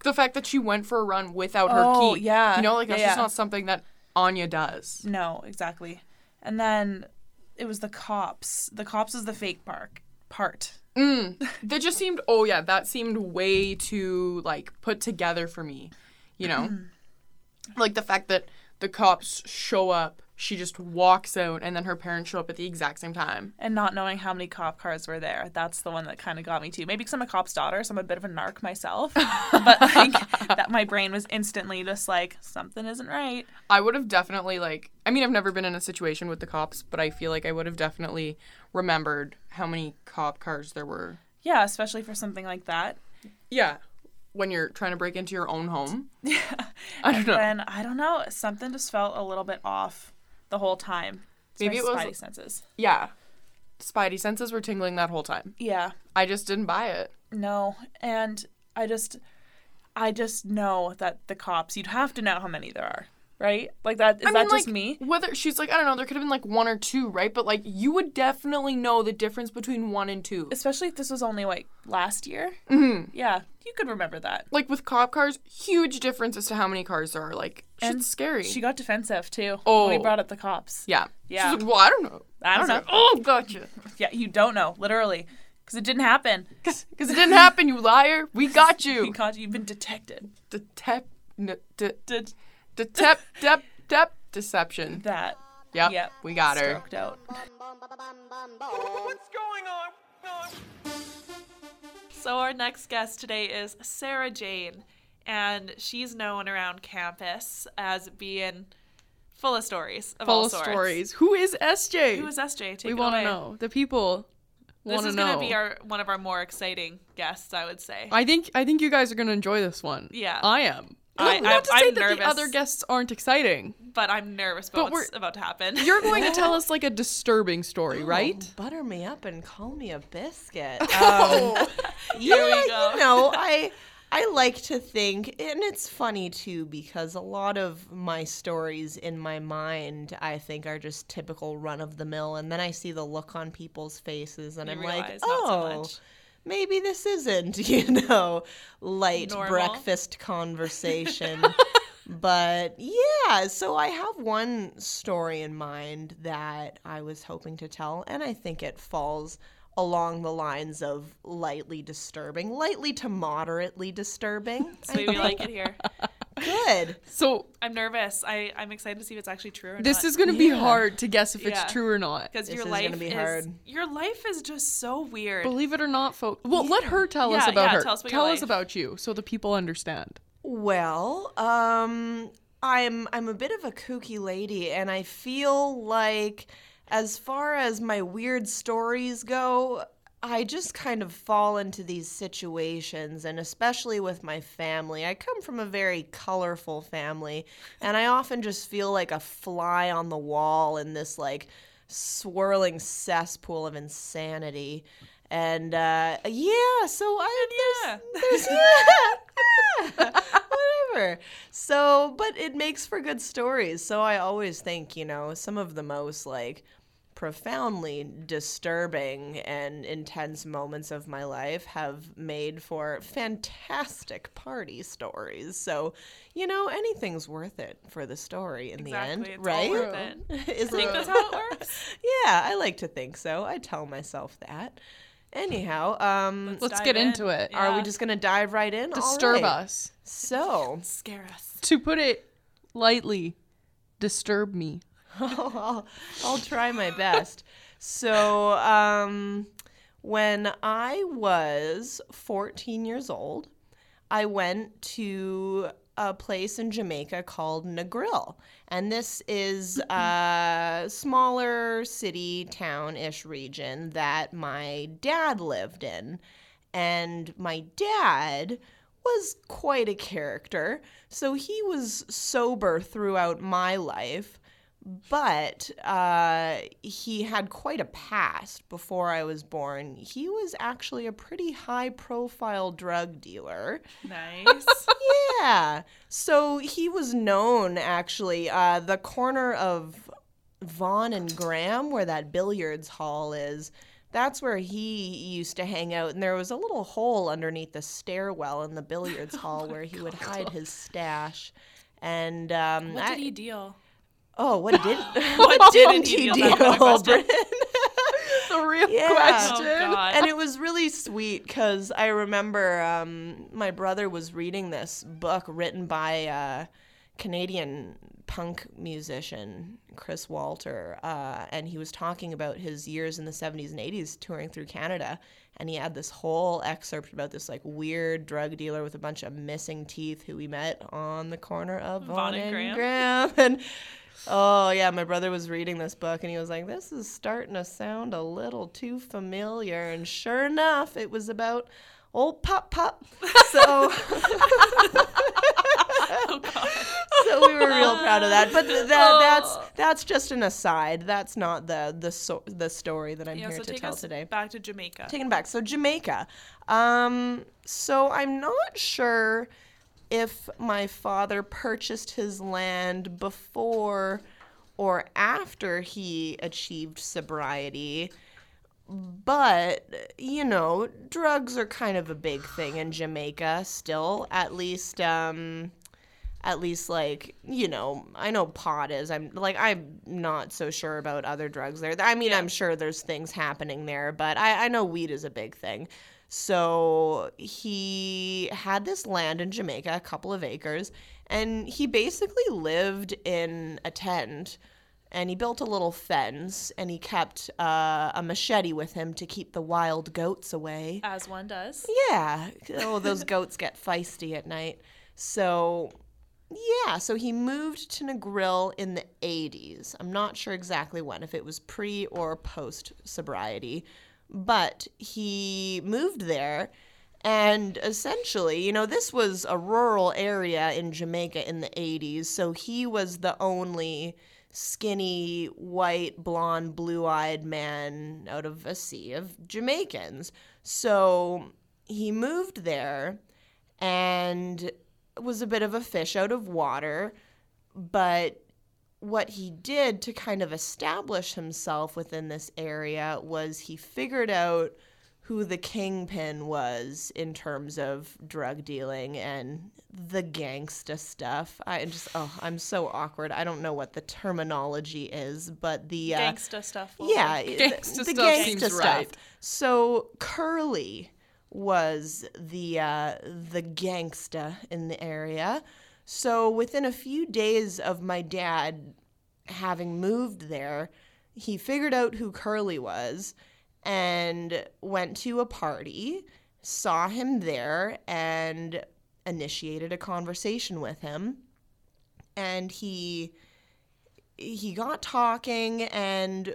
Speaker 1: The fact that she went for a run without
Speaker 2: Oh,
Speaker 1: her key.
Speaker 2: yeah.
Speaker 1: You know, like that's
Speaker 2: Yeah,
Speaker 1: just
Speaker 2: yeah.
Speaker 1: not something that Anya does.
Speaker 2: No, exactly. And then it was the cops. The cops is the fake park part.
Speaker 1: That just seemed oh yeah, that seemed way too like put together for me. You know? like the fact that the cops show up, she just walks out and then her parents show up at the exact same time.
Speaker 2: and not knowing how many cop cars were there. That's the one that kind of got me too. Maybe because I'm a cop's daughter, so I'm a bit of a narc myself. but like that, my brain was instantly just like something isn't right.
Speaker 1: I would have definitely like I mean I've never been in a situation with the cops, but I feel like I would have definitely remembered how many cop cars there were.
Speaker 2: Yeah, especially for something like that.
Speaker 1: Yeah. When you're trying to break into your own home. Yeah. I don't know.
Speaker 2: And I don't know, something just felt a little bit off the whole time. It's
Speaker 1: Maybe
Speaker 2: my
Speaker 1: it was-
Speaker 2: spidey senses.
Speaker 1: Yeah. Spidey senses were tingling that whole time.
Speaker 2: Yeah,
Speaker 1: I just didn't buy it.
Speaker 2: no, and I just, I just know that the cops. You'd have to know how many there are, right? Like that. Is
Speaker 1: I
Speaker 2: that
Speaker 1: mean,
Speaker 2: just
Speaker 1: like,
Speaker 2: me?
Speaker 1: Whether she's like, I don't know, there could have been like one or two, right? But like, you would definitely know the difference between one and two.
Speaker 2: Especially if this was only like last year.
Speaker 1: Mm-hmm.
Speaker 2: Yeah, you could remember that.
Speaker 1: Like with cop cars, huge difference as to how many cars there are. Like,
Speaker 2: And
Speaker 1: shit's scary.
Speaker 2: She got defensive too.
Speaker 1: Oh.
Speaker 2: we brought up the cops.
Speaker 1: yeah.
Speaker 2: Yeah.
Speaker 1: She's like, well, I don't know.
Speaker 2: I don't know.
Speaker 1: Oh, gotcha.
Speaker 2: Yeah, you don't know, literally, because it didn't happen.
Speaker 1: Because it didn't happen, you liar. We got
Speaker 2: You
Speaker 1: you.
Speaker 2: caught, you've been detected.
Speaker 1: Detep, ne, de,
Speaker 2: Did
Speaker 1: detep, dep, dep, deception.
Speaker 2: that
Speaker 1: Yep.
Speaker 2: Yep.
Speaker 1: We got her.
Speaker 2: stroked out.
Speaker 9: What's going on?
Speaker 2: So our next guest today is Sarah Jane, and she's known around campus as being full of stories of
Speaker 1: Full
Speaker 2: all
Speaker 1: of
Speaker 2: sorts.
Speaker 1: stories. Who is SJ?
Speaker 2: Who is SJ? Take
Speaker 1: we
Speaker 2: it
Speaker 1: want to
Speaker 2: away.
Speaker 1: know. The people
Speaker 2: This
Speaker 10: want to
Speaker 2: is
Speaker 10: know.
Speaker 2: gonna be our one of our more exciting guests, I would say.
Speaker 10: I think I think you guys are gonna enjoy this one.
Speaker 2: Yeah.
Speaker 10: I am.
Speaker 2: I-
Speaker 10: Not- not to
Speaker 2: I-
Speaker 10: say
Speaker 2: I'm
Speaker 10: that
Speaker 2: nervous.
Speaker 10: the other guests aren't exciting.
Speaker 2: but I'm nervous
Speaker 10: But
Speaker 2: about what's
Speaker 10: we're-
Speaker 2: about to happen. Um,
Speaker 10: You're going to tell us like a disturbing story,
Speaker 2: Oh.
Speaker 10: right?
Speaker 8: Butter me up and call me a biscuit. Um, yeah,
Speaker 2: go.
Speaker 8: you know, I I like to think, and it's funny too because a lot of my stories in my mind, I think, are just typical run of the mill, and then I see the look on people's faces, and
Speaker 2: You
Speaker 8: I'm like,
Speaker 2: realize not so
Speaker 8: oh.
Speaker 2: much."
Speaker 8: Maybe this isn't, you know, light
Speaker 2: Normal.
Speaker 8: breakfast conversation. But yeah, so I have one story in mind that I was hoping to tell, and I think it falls along the lines of lightly disturbing, lightly to moderately disturbing.
Speaker 2: Sweet, we like it here.
Speaker 8: Good.
Speaker 10: So
Speaker 2: I'm nervous. I I'm excited to see if it's actually true or
Speaker 10: this
Speaker 2: not.
Speaker 10: is gonna be hard to guess if
Speaker 2: Uh, Yeah.
Speaker 10: it's true or not.
Speaker 2: because
Speaker 8: This
Speaker 2: your
Speaker 8: is
Speaker 2: life
Speaker 8: gonna be
Speaker 2: is
Speaker 8: hard.
Speaker 2: your life is just so weird.
Speaker 10: Believe it or not, folks. Well, let her tell us
Speaker 2: Yeah,
Speaker 10: about
Speaker 2: yeah,
Speaker 10: her.
Speaker 2: tell us about your life.
Speaker 10: about you, so the people understand.
Speaker 8: Well, um, I'm I'm a bit of a kooky lady, and I feel like, as far as my weird stories go, I just kind of fall into these situations, and especially with my family. I come from a very colorful family, and I often just feel like a fly on the wall in this like swirling cesspool of insanity. And uh, yeah, so I
Speaker 2: yeah.
Speaker 8: there's, there's yeah, whatever. So, but it makes for good stories. So I always think, you know, some of the most like profoundly disturbing and intense moments of my life have made for fantastic party stories. So, you know, anything's worth it for the story in
Speaker 2: exactly.
Speaker 8: the end,
Speaker 2: it's
Speaker 8: right?
Speaker 2: all worth it.
Speaker 8: Is
Speaker 2: I think that's how it works.
Speaker 8: yeah, I like to think so. I tell myself that. Anyhow, um,
Speaker 10: Let's
Speaker 2: dive
Speaker 10: get
Speaker 2: in.
Speaker 10: into it.
Speaker 8: are
Speaker 2: Yeah.
Speaker 8: we just gonna dive right in? All
Speaker 10: Disturb
Speaker 8: right.
Speaker 10: us.
Speaker 8: So
Speaker 2: Scare us.
Speaker 10: To put it lightly, disturb me.
Speaker 8: I'll, I'll try my best. So um, when I was 14 years old, I went to a place in Jamaica called Negril. And this is a smaller city, town ish region that my dad lived in. And my dad was quite a character. So he was sober throughout my life, but uh, he had quite a past before I was born. He was actually a pretty high profile drug dealer
Speaker 2: Nice.
Speaker 8: yeah. So he was known actually uh, the corner of Vaughn and Graham, where that billiards hall is. That's where he used to hang out, and there was a little hole underneath the stairwell in the
Speaker 2: Oh
Speaker 8: billiards hall where he would hide his stash. And um,
Speaker 2: what
Speaker 8: I-
Speaker 2: did he deal?
Speaker 8: oh, what did what didn't he
Speaker 2: deal? That's my
Speaker 8: deal,
Speaker 2: question.
Speaker 8: Bryn?
Speaker 10: The real
Speaker 8: Yeah.
Speaker 2: Oh
Speaker 10: question.
Speaker 2: God.
Speaker 8: and it was really sweet because I remember um, my brother was reading this book written by a Canadian punk musician, Chris Walter, uh, and he was talking about his years in the 70s and 80s touring through Canada. And he had this whole excerpt about this like weird drug dealer with a bunch of missing teeth who we met on the corner of Von
Speaker 2: and
Speaker 8: and
Speaker 2: Graham.
Speaker 8: Graham. And Oh yeah, my brother was reading this book and he was like, "This is starting to sound a little too familiar." And sure enough, it was about old Pop Pop. So,
Speaker 2: Oh,
Speaker 8: so we were real proud of that. But th- that, that's that's just an aside. That's not the the so- the story that I'm
Speaker 2: yeah,
Speaker 8: here
Speaker 2: so
Speaker 8: to
Speaker 2: take
Speaker 8: tell
Speaker 2: us
Speaker 8: today.
Speaker 2: back to Jamaica.
Speaker 8: Taken back. So Jamaica. Um, so I'm not sure if my father purchased his land before or after he achieved sobriety. But, you know, drugs are kind of a big thing in Jamaica still, at least um at least like, you know, I know pot is. I'm like I'm not so sure about other drugs there. I mean, I'm sure there's things happening there, but I, I know weed is a big thing. So he had this land in Jamaica, a couple of acres, and he basically lived in a tent and he built a little fence and he kept uh, a machete with him to keep the wild goats away.
Speaker 2: As one does.
Speaker 8: Yeah. Oh, those goats get feisty at night. So, yeah. So he moved to Negril in the 80s. I'm not sure exactly when, if it was pre or post sobriety. but he moved there. And essentially, you know, this was a rural area in Jamaica in the 80s, so he was the only skinny, white, blonde, blue eyed man out of a sea of Jamaicans. So he moved there and was a bit of a fish out of water, but what he did to kind of establish himself within this area was he figured out who the kingpin was in terms of drug dealing and the gangsta stuff. I just oh, I'm so awkward. I don't know what the terminology is, but the uh,
Speaker 2: Gangsta stuff. will
Speaker 8: yeah,
Speaker 2: work.
Speaker 8: it-
Speaker 1: Gangsta
Speaker 8: the
Speaker 1: stuff
Speaker 8: gangsta
Speaker 1: seems
Speaker 8: stuff.
Speaker 1: right.
Speaker 8: So Curly was the uh, the gangsta in the area. So within a few days of my dad having moved there, he figured out who Curly was and went to a party, saw him there, and initiated a conversation with him. And he he got talking and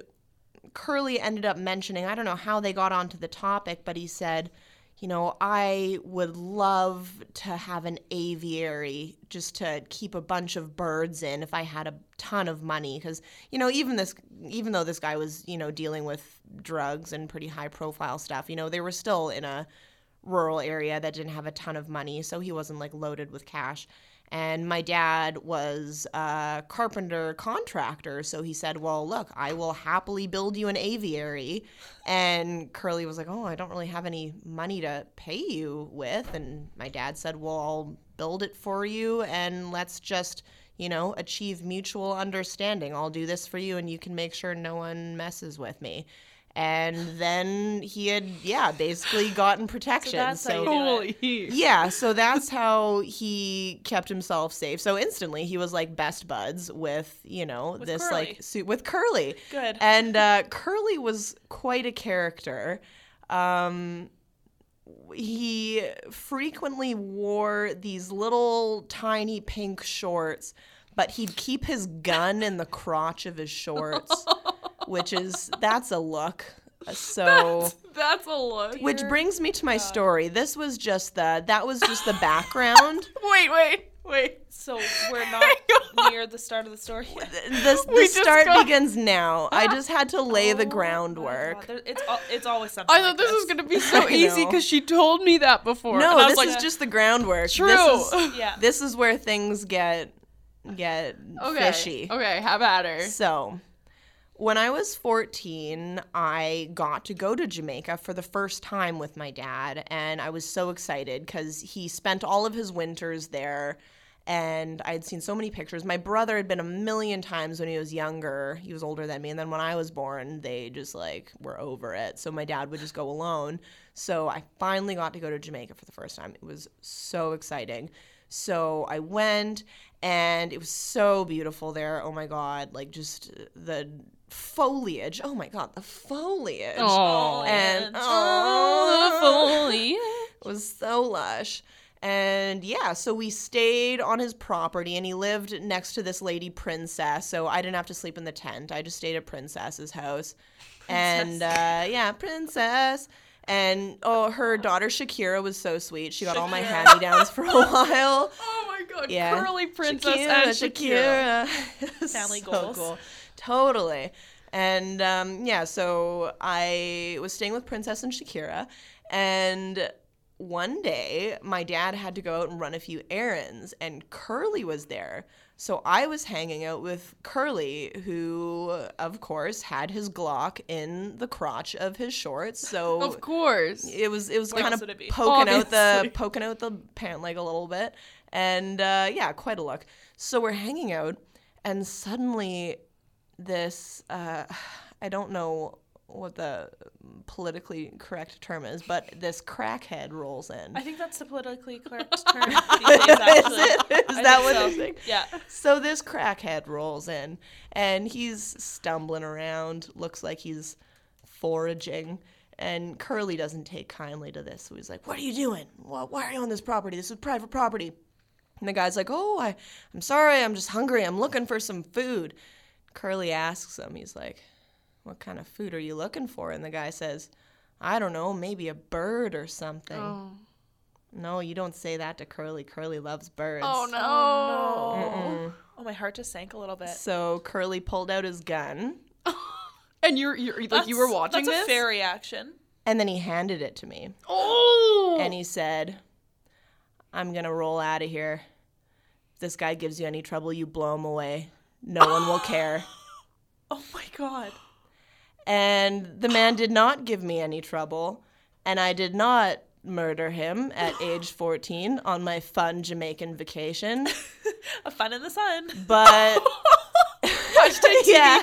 Speaker 8: Curly ended up mentioning, I don't know how they got onto the topic, but he said, you know, I would love to have an aviary just to keep a bunch of birds in if I had a ton of money cuz you know, even this even though this guy was, you know, dealing with drugs and pretty high profile stuff, you know, they were still in a rural area that didn't have a ton of money, so he wasn't like loaded with cash. And my dad was a carpenter contractor, so he said, "Well, look, I will happily build you an aviary." And Curly was like, "Oh, I don't really have any money to pay you with." And my dad said, "Well, I'll build it for you and let's just, you know, achieve mutual understanding. I'll do this for you and you can make sure no one messes with me." And then he had, yeah, basically gotten protection.
Speaker 2: that's how
Speaker 8: So-
Speaker 2: you do it.
Speaker 8: Oh, yeah, so that's how he kept himself safe. So instantly he was like best buds with, you know, this
Speaker 2: Curly.
Speaker 8: like suit with Curly.
Speaker 2: Good.
Speaker 8: And uh, Curly was quite a character. Um, he frequently wore these little tiny pink shorts, but he'd keep his gun in the crotch of his shorts, which is, that's a look. So
Speaker 4: That's a look.
Speaker 8: which brings me to my story. This was just the that was just the background.
Speaker 1: Wait, wait, wait.
Speaker 2: So we're not near the start of the story. yet.
Speaker 8: the the start begins now. I just had to lay
Speaker 1: Oh
Speaker 8: the
Speaker 2: God,
Speaker 8: groundwork.
Speaker 2: there- it's al- it's always something.
Speaker 1: I
Speaker 2: like
Speaker 1: thought this was gonna be so
Speaker 8: I
Speaker 1: easy
Speaker 8: know.
Speaker 1: because she told me that before.
Speaker 8: No,
Speaker 1: and I
Speaker 8: this
Speaker 1: was like,
Speaker 8: is just the groundwork.
Speaker 1: True.
Speaker 8: This is,
Speaker 2: Yeah.
Speaker 8: this is where things get get
Speaker 1: okay,
Speaker 8: fishy.
Speaker 1: Okay, have at her.
Speaker 8: So, when I was 14, I got to go to Jamaica for the first time with my dad, and I was so excited because he spent all of his winters there. And I had seen so many pictures. My brother had been a million times when he was younger. He was older than me. And then when I was born, they just like were over it. So my dad would just go alone. So I finally got to go to Jamaica for the first time. It was so exciting. So I went and it was so beautiful there. Oh my god, like just the foliage. Oh my god, the foliage.
Speaker 1: Oh,
Speaker 8: and oh, it was so lush. And yeah, so we stayed on his property and he lived next to this lady princess. So I didn't have to sleep in the tent. I just stayed at princess's house. And uh, yeah, princess. And oh, her daughter Shakira was so sweet. She got all my hand me downs for a while.
Speaker 1: oh my god,
Speaker 8: Yeah.
Speaker 1: curly princess and Shakira.
Speaker 8: Shakira.
Speaker 2: Family
Speaker 8: so
Speaker 2: goals.
Speaker 8: Cool. Totally. And um, yeah, so I was staying with Princess and Shakira, and one day my dad had to go out and run a few errands, and Curly was there. So I was hanging out with Curly, who, of course, had his Glock in the crotch of his shorts. So
Speaker 1: Of course.
Speaker 8: it was it was kind
Speaker 2: else
Speaker 8: of
Speaker 2: would it be?
Speaker 8: poking out the
Speaker 1: Obviously.
Speaker 8: poking out the pant leg a little bit, and uh, yeah, quite a look. So we're hanging out, and suddenly, this uh, I don't know what the politically correct term is, but this crackhead rolls in.
Speaker 2: I think that's the politically correct term. these days, actually.
Speaker 8: Is
Speaker 2: I
Speaker 8: that
Speaker 2: think
Speaker 8: what
Speaker 2: so.
Speaker 8: they think?
Speaker 2: Yeah.
Speaker 8: So this crackhead rolls in and he's stumbling around, looks like he's foraging. And Curly doesn't take kindly to this. So he's like, What are you doing? Why why are you on this property? This is private property. And the guy's like, Oh, I, I'm sorry. I'm just hungry. I'm looking for some food. Curly asks him, He's like, What kind of food are you looking for? And the guy says, I don't know, maybe a bird or something.
Speaker 1: Oh.
Speaker 8: No, you don't say that to Curly. Curly loves birds.
Speaker 1: Oh no.
Speaker 2: Oh, my heart just sank a little bit.
Speaker 8: So Curly pulled out his gun
Speaker 1: And you're, you're like you were watching
Speaker 2: That's
Speaker 1: this.
Speaker 2: a fair reaction.
Speaker 8: and then he handed it to me.
Speaker 1: Oh.
Speaker 8: And he said, I'm going to roll out of here. If this guy gives you any trouble, you blow him away. No one will care.
Speaker 2: Oh my god.
Speaker 8: And the man did not give me any trouble. And I did not murder him at age 14 on my fun Jamaican vacation.
Speaker 2: A fun in the sun.
Speaker 8: But. yeah.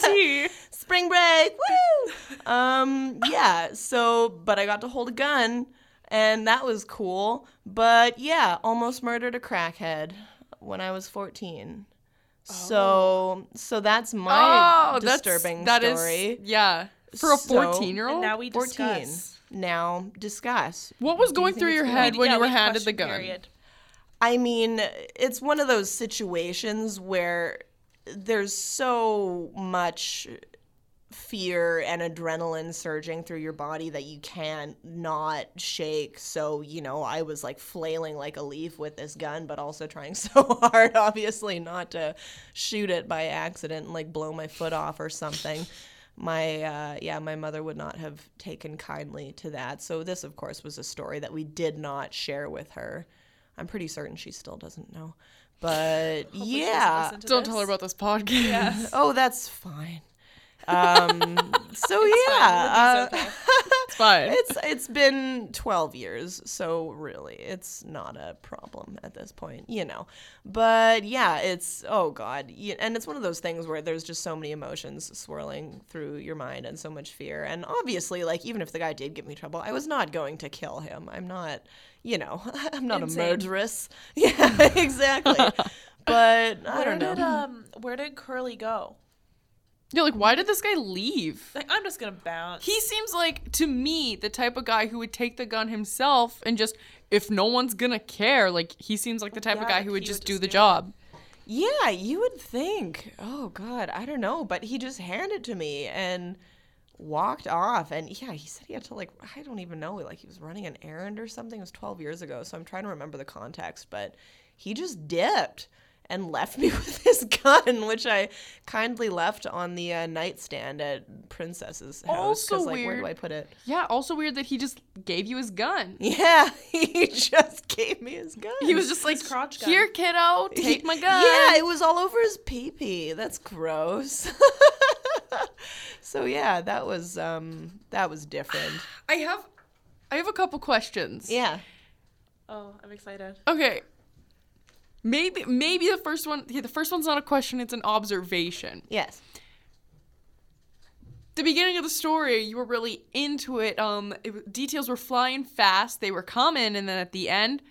Speaker 8: Spring break. Woo! Um, yeah. So, but I got to hold a gun, and that was cool. But yeah, almost murdered a crackhead when I was 14. So, so that's my
Speaker 1: Oh, that's-
Speaker 8: disturbing
Speaker 1: that is-
Speaker 8: story.
Speaker 1: yeah. For a
Speaker 8: So-
Speaker 1: 14 year
Speaker 2: And
Speaker 1: old?
Speaker 2: now we
Speaker 8: 14.
Speaker 2: discuss.
Speaker 8: Now discuss.
Speaker 1: What was going through your head when
Speaker 2: Yeah,
Speaker 1: you were
Speaker 2: we
Speaker 1: handed the
Speaker 2: question
Speaker 1: gun?
Speaker 2: period.
Speaker 8: I mean, it's one of those situations where there's so much fear and adrenaline surging through your body that you can't not shake. So, you know, I was like flailing like a leaf with this gun, but also trying so hard, obviously, not to shoot it by accident and like blow my foot off or something. My, uh, yeah, my mother would not have taken kindly to that. So, this, of course, was a story that we did not share with her. I'm pretty certain she still doesn't know. But yeah.
Speaker 2: Listen to
Speaker 1: Don't
Speaker 2: this.
Speaker 1: tell her about this podcast.
Speaker 8: Oh, that's fine. Um, so yeah, uh,
Speaker 1: It's fine.
Speaker 8: it's it's been 12 years, so really, it's not a problem at this point, you know. But yeah, it's oh god, y- and it's one of those things where there's just so many emotions swirling through your mind and so much fear. And obviously, like even if the guy did give me trouble, I was not going to kill him. I'm not, you know, I'm not
Speaker 2: Insane.
Speaker 8: a murderess. Yeah, exactly. But I
Speaker 2: Where
Speaker 8: don't know.
Speaker 2: did um where did Curly go?
Speaker 1: Yeah, like why did this guy leave?
Speaker 2: Like I'm just gonna bounce.
Speaker 1: He seems like to me the type of guy who would take the gun himself and just if no one's gonna care, like he seems like the type
Speaker 2: Yeah,
Speaker 1: of guy
Speaker 2: like,
Speaker 1: who would
Speaker 2: he
Speaker 1: just
Speaker 2: would
Speaker 1: do
Speaker 2: just
Speaker 1: the
Speaker 2: do it.
Speaker 1: job.
Speaker 8: Yeah, you would think. Oh God, I don't know, but he just handed to me and walked off. And yeah, he said he had to like I don't even know, like he was running an errand or something. It was twelve years ago, so I'm trying to remember the context. But he just dipped and left me with his gun, which I kindly left on the uh, nightstand at Princess's house.
Speaker 1: Also
Speaker 8: like, where
Speaker 1: weird.
Speaker 8: do I put it?
Speaker 1: Yeah, also weird that he just gave you his gun.
Speaker 8: Yeah, he just gave me his gun.
Speaker 1: He was just like,
Speaker 2: crotch gun.
Speaker 1: here, kiddo, take my gun.
Speaker 8: Yeah, it was all over his pee pee. That's gross. so yeah, that was um that was different.
Speaker 1: I have, I have a couple questions.
Speaker 8: Yeah.
Speaker 2: Oh, I'm excited.
Speaker 1: Okay. Maybe, maybe the first one. Yeah, the first one's not a question; it's an observation.
Speaker 8: Yes.
Speaker 1: the beginning of the story, you were really into it. Um, it, details were flying fast; they were coming, and then at the end,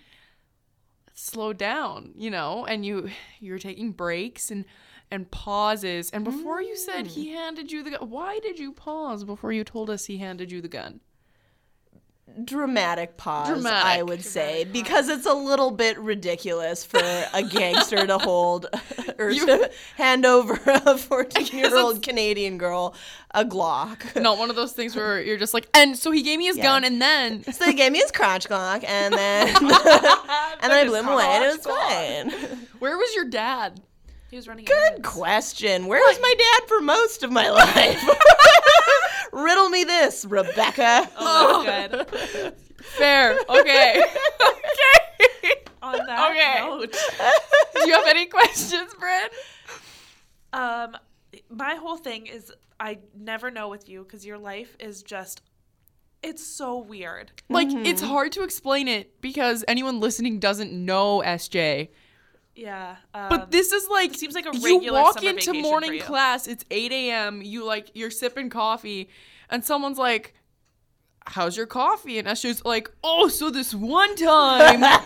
Speaker 1: slow down. You know, and you you were taking breaks and and pauses. And before you said he handed you the gun, why did you pause before you told us he handed you the gun?
Speaker 8: Dramatic pause, I
Speaker 1: Dramatic.
Speaker 8: would say, because it's a little bit ridiculous for a gangster to hold or to hand over a 14 year old Canadian girl a Glock.
Speaker 1: Not one of those things where you're just like, and so he gave me his gun, and then
Speaker 8: So he gave me his crotch Glock and then, and then I blew him away and it was fine.
Speaker 1: where was your dad?
Speaker 2: He was running.
Speaker 8: Good question. Where was my dad for most of my life? Riddle me this, Rebecca.
Speaker 2: Oh, good.
Speaker 1: Fair, okay.
Speaker 2: On that
Speaker 1: Okay.
Speaker 2: note,
Speaker 1: Do you have any questions, Bryn?
Speaker 2: um, my whole thing is I never know with you because your life is just. It's so weird.
Speaker 1: Like it's
Speaker 2: Mm-hmm.
Speaker 1: hard to explain it because anyone listening doesn't know SJ.
Speaker 2: Yeah. Um,
Speaker 1: But this is like
Speaker 2: seems like a
Speaker 1: you
Speaker 2: regular
Speaker 1: walk
Speaker 2: summer
Speaker 1: into
Speaker 2: vacation for
Speaker 1: morning
Speaker 2: you.
Speaker 1: class. It's eight a.m. You like you're sipping coffee, and someone's like, "How's your coffee?" And SJ's like, "Oh, so this one time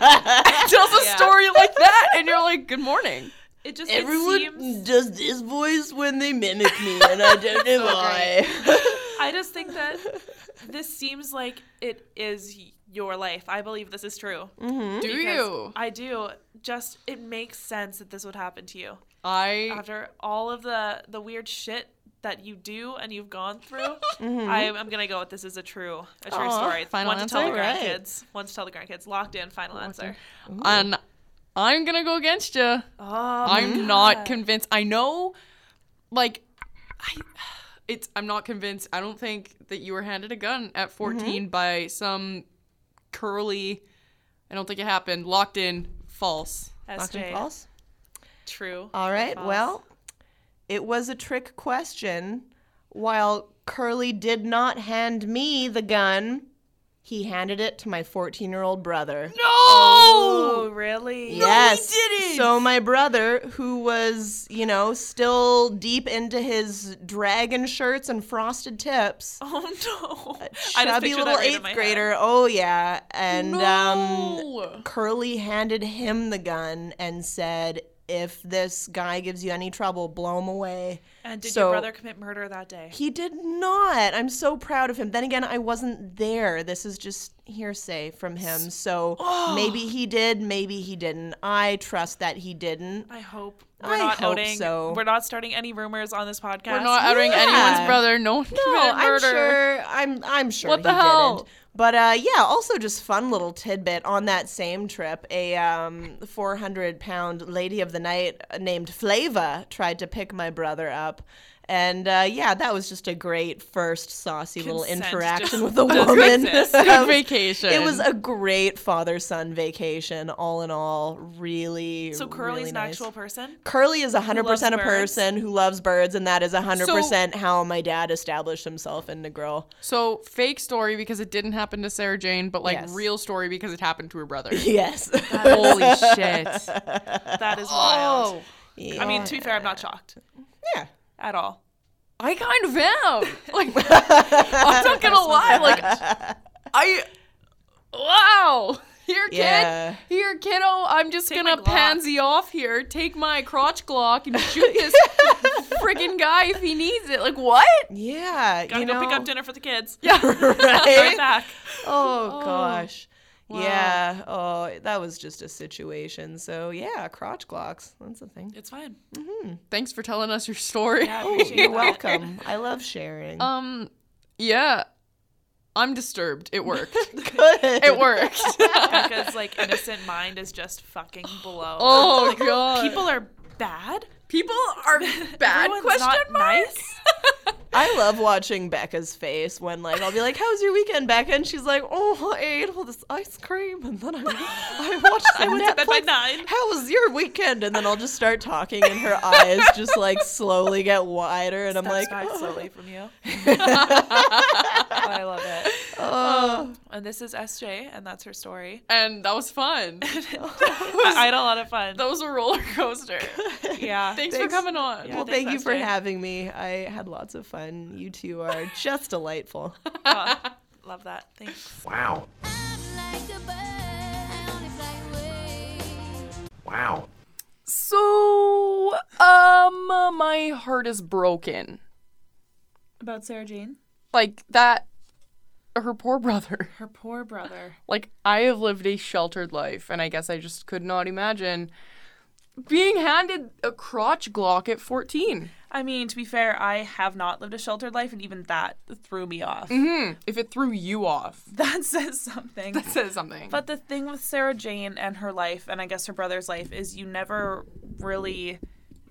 Speaker 1: tells a
Speaker 2: Yeah.
Speaker 1: story like that," and you're like, "Good morning."
Speaker 2: it just
Speaker 8: Everyone
Speaker 2: it seems.
Speaker 8: does this voice when they mimic me, and I don't know why.
Speaker 2: I just think that this seems like it is y- your life. I believe this is true.
Speaker 1: Do
Speaker 2: Mm-hmm. Because
Speaker 1: you?
Speaker 2: I do. Just it makes sense that this would happen to you
Speaker 1: I
Speaker 2: after all of the the weird shit that you do and you've gone through, I'm, I'm gonna go with this is a true a true
Speaker 8: Aw,
Speaker 2: story.
Speaker 8: final
Speaker 2: One to tell the
Speaker 8: answer? Right.
Speaker 2: grandkids. One to tell the grandkids. Locked in. Final answer.
Speaker 1: And I'm gonna go against you.
Speaker 2: Oh,
Speaker 1: I'm not convinced. I know, like, I, it's. I'm not convinced. I don't think that you were handed a gun
Speaker 8: Mm-hmm.
Speaker 1: at 14 by some curly. I don't think it happened. Locked in. False.
Speaker 8: Locked
Speaker 2: SJ.
Speaker 8: and false.
Speaker 2: True.
Speaker 8: All right.
Speaker 2: false?
Speaker 8: Well, it was a trick question. While Curly did not hand me the gun, he handed it to my 14 year old brother.
Speaker 2: Oh, really?
Speaker 8: yes. So my brother, who was, you know, still deep into his dragon shirts and frosted tips,
Speaker 2: Oh no. I just
Speaker 8: chubby
Speaker 2: picture that
Speaker 8: little
Speaker 2: right in
Speaker 8: eighth
Speaker 2: my head.
Speaker 8: grader. Oh yeah, and um, Curly handed him the gun and said, "If this guy gives you any trouble, blow him away."
Speaker 2: And did
Speaker 8: So-
Speaker 2: your brother commit murder that day?
Speaker 8: He did not. I'm so proud of him. Then again, I wasn't there. This is just hearsay from him. So
Speaker 2: Oh.
Speaker 8: maybe he did, maybe he didn't. I trust that he didn't.
Speaker 2: I hope we're
Speaker 8: I
Speaker 2: not
Speaker 8: hope
Speaker 2: outing.
Speaker 8: so.
Speaker 2: We're not starting any rumors on this podcast.
Speaker 1: We're not outing anyone's
Speaker 8: Yeah.
Speaker 1: brother. No one committed
Speaker 8: No, Oh, I'm
Speaker 1: murder.
Speaker 8: sure. I'm I'm sure.
Speaker 1: What the
Speaker 8: he
Speaker 1: hell?
Speaker 8: Didn't. But uh, yeah, also just fun little tidbit on that same trip. A um, 400 pound lady of the night named Flava tried to pick my brother up. And uh, yeah, that was just a great first saucy little
Speaker 2: Consent
Speaker 8: interaction
Speaker 2: just
Speaker 8: with a
Speaker 2: doesn't
Speaker 8: woman.
Speaker 2: exist.
Speaker 1: Good vacation.
Speaker 8: It was a great father son vacation, all in all. Really.
Speaker 2: So Curly's
Speaker 8: really
Speaker 2: an
Speaker 8: nice.
Speaker 2: actual person.
Speaker 8: Curly is 100% a
Speaker 2: birds.
Speaker 8: person who loves birds, and that is 100% how my dad established himself in Negril.
Speaker 1: So fake story because it didn't happen to Sarah Jane, but like
Speaker 8: Yes.
Speaker 1: real story because it happened to her brother.
Speaker 8: Yes.
Speaker 1: Holy shit.
Speaker 2: That is wild.
Speaker 8: Oh, Yeah.
Speaker 2: I mean, to be fair, I'm not shocked
Speaker 8: yeah.
Speaker 2: at all.
Speaker 1: I kind of am. Like I'm not gonna lie. Like I Wow. Here, kid.
Speaker 8: Yeah.
Speaker 1: Here, kiddo. I'm just
Speaker 2: Take my
Speaker 1: gonna
Speaker 2: Glock.
Speaker 1: pansy off here. Take my crotch Glock and shoot this friggin' guy if he needs it. Like what?
Speaker 8: Yeah.
Speaker 2: Gotta
Speaker 8: you
Speaker 2: go
Speaker 8: know,
Speaker 2: pick up dinner for the kids. Right
Speaker 8: right?
Speaker 2: back.
Speaker 8: oh, gosh. Yeah. Oh, that was just a situation. So, yeah, crotch clocks. That's the thing.
Speaker 2: It's fine.
Speaker 8: Mm-hmm.
Speaker 1: Thanks for telling us your story.
Speaker 2: Yeah, I
Speaker 8: Oh,
Speaker 2: appreciate
Speaker 8: you're
Speaker 2: that.
Speaker 8: welcome. I love sharing.
Speaker 1: Um, yeah. I'm disturbed. It worked.
Speaker 8: Good.
Speaker 1: it worked.
Speaker 2: Becca's like innocent mind is just fucking blown.
Speaker 1: oh god.
Speaker 2: People are bad.
Speaker 1: People are bad
Speaker 2: Everyone's
Speaker 1: question
Speaker 2: not
Speaker 1: mark.
Speaker 2: nice.
Speaker 8: I love watching Becca's face when, like, I'll be like, "How's your weekend, Becca?" and she's like, "Oh, I ate all this ice cream, and then I, I watched some
Speaker 2: went to bed by
Speaker 8: Netflix.
Speaker 2: nine."
Speaker 8: How was your weekend?" And then I'll just start talking, and her eyes just like slowly get wider, and I'm
Speaker 2: That's
Speaker 8: like,
Speaker 2: back
Speaker 8: "Oh,
Speaker 2: slowly from you. I love it.
Speaker 8: "Oh,
Speaker 2: Um, and this is SJ, and that's her story.
Speaker 1: And that was fun.
Speaker 2: I, I had a lot of fun.
Speaker 1: That was a roller coaster.
Speaker 2: yeah.
Speaker 1: Thanks, for
Speaker 8: Thanks.
Speaker 1: coming on.
Speaker 8: well,
Speaker 2: thanks,
Speaker 8: thank you for
Speaker 2: SJ.
Speaker 8: having me. I had lots of fun. You two are just delightful."
Speaker 2: Oh, love that. Thanks.
Speaker 5: Wow. Wow.
Speaker 1: So, um, uh, my heart is broken.
Speaker 2: About Sarah Jane?
Speaker 1: Like that, her poor brother.
Speaker 2: Her poor brother.
Speaker 1: Like, I have lived a sheltered life, and I guess I just could not imagine being handed a crotch Glock at 14.
Speaker 2: I mean, to be fair, I have not lived a sheltered life, and even that threw me off.
Speaker 8: Mm-hmm.
Speaker 1: If it threw you off,
Speaker 2: That says something.
Speaker 1: that says something.
Speaker 2: But the thing with Sarah Jane and her life, and I guess her brother's life, is you never really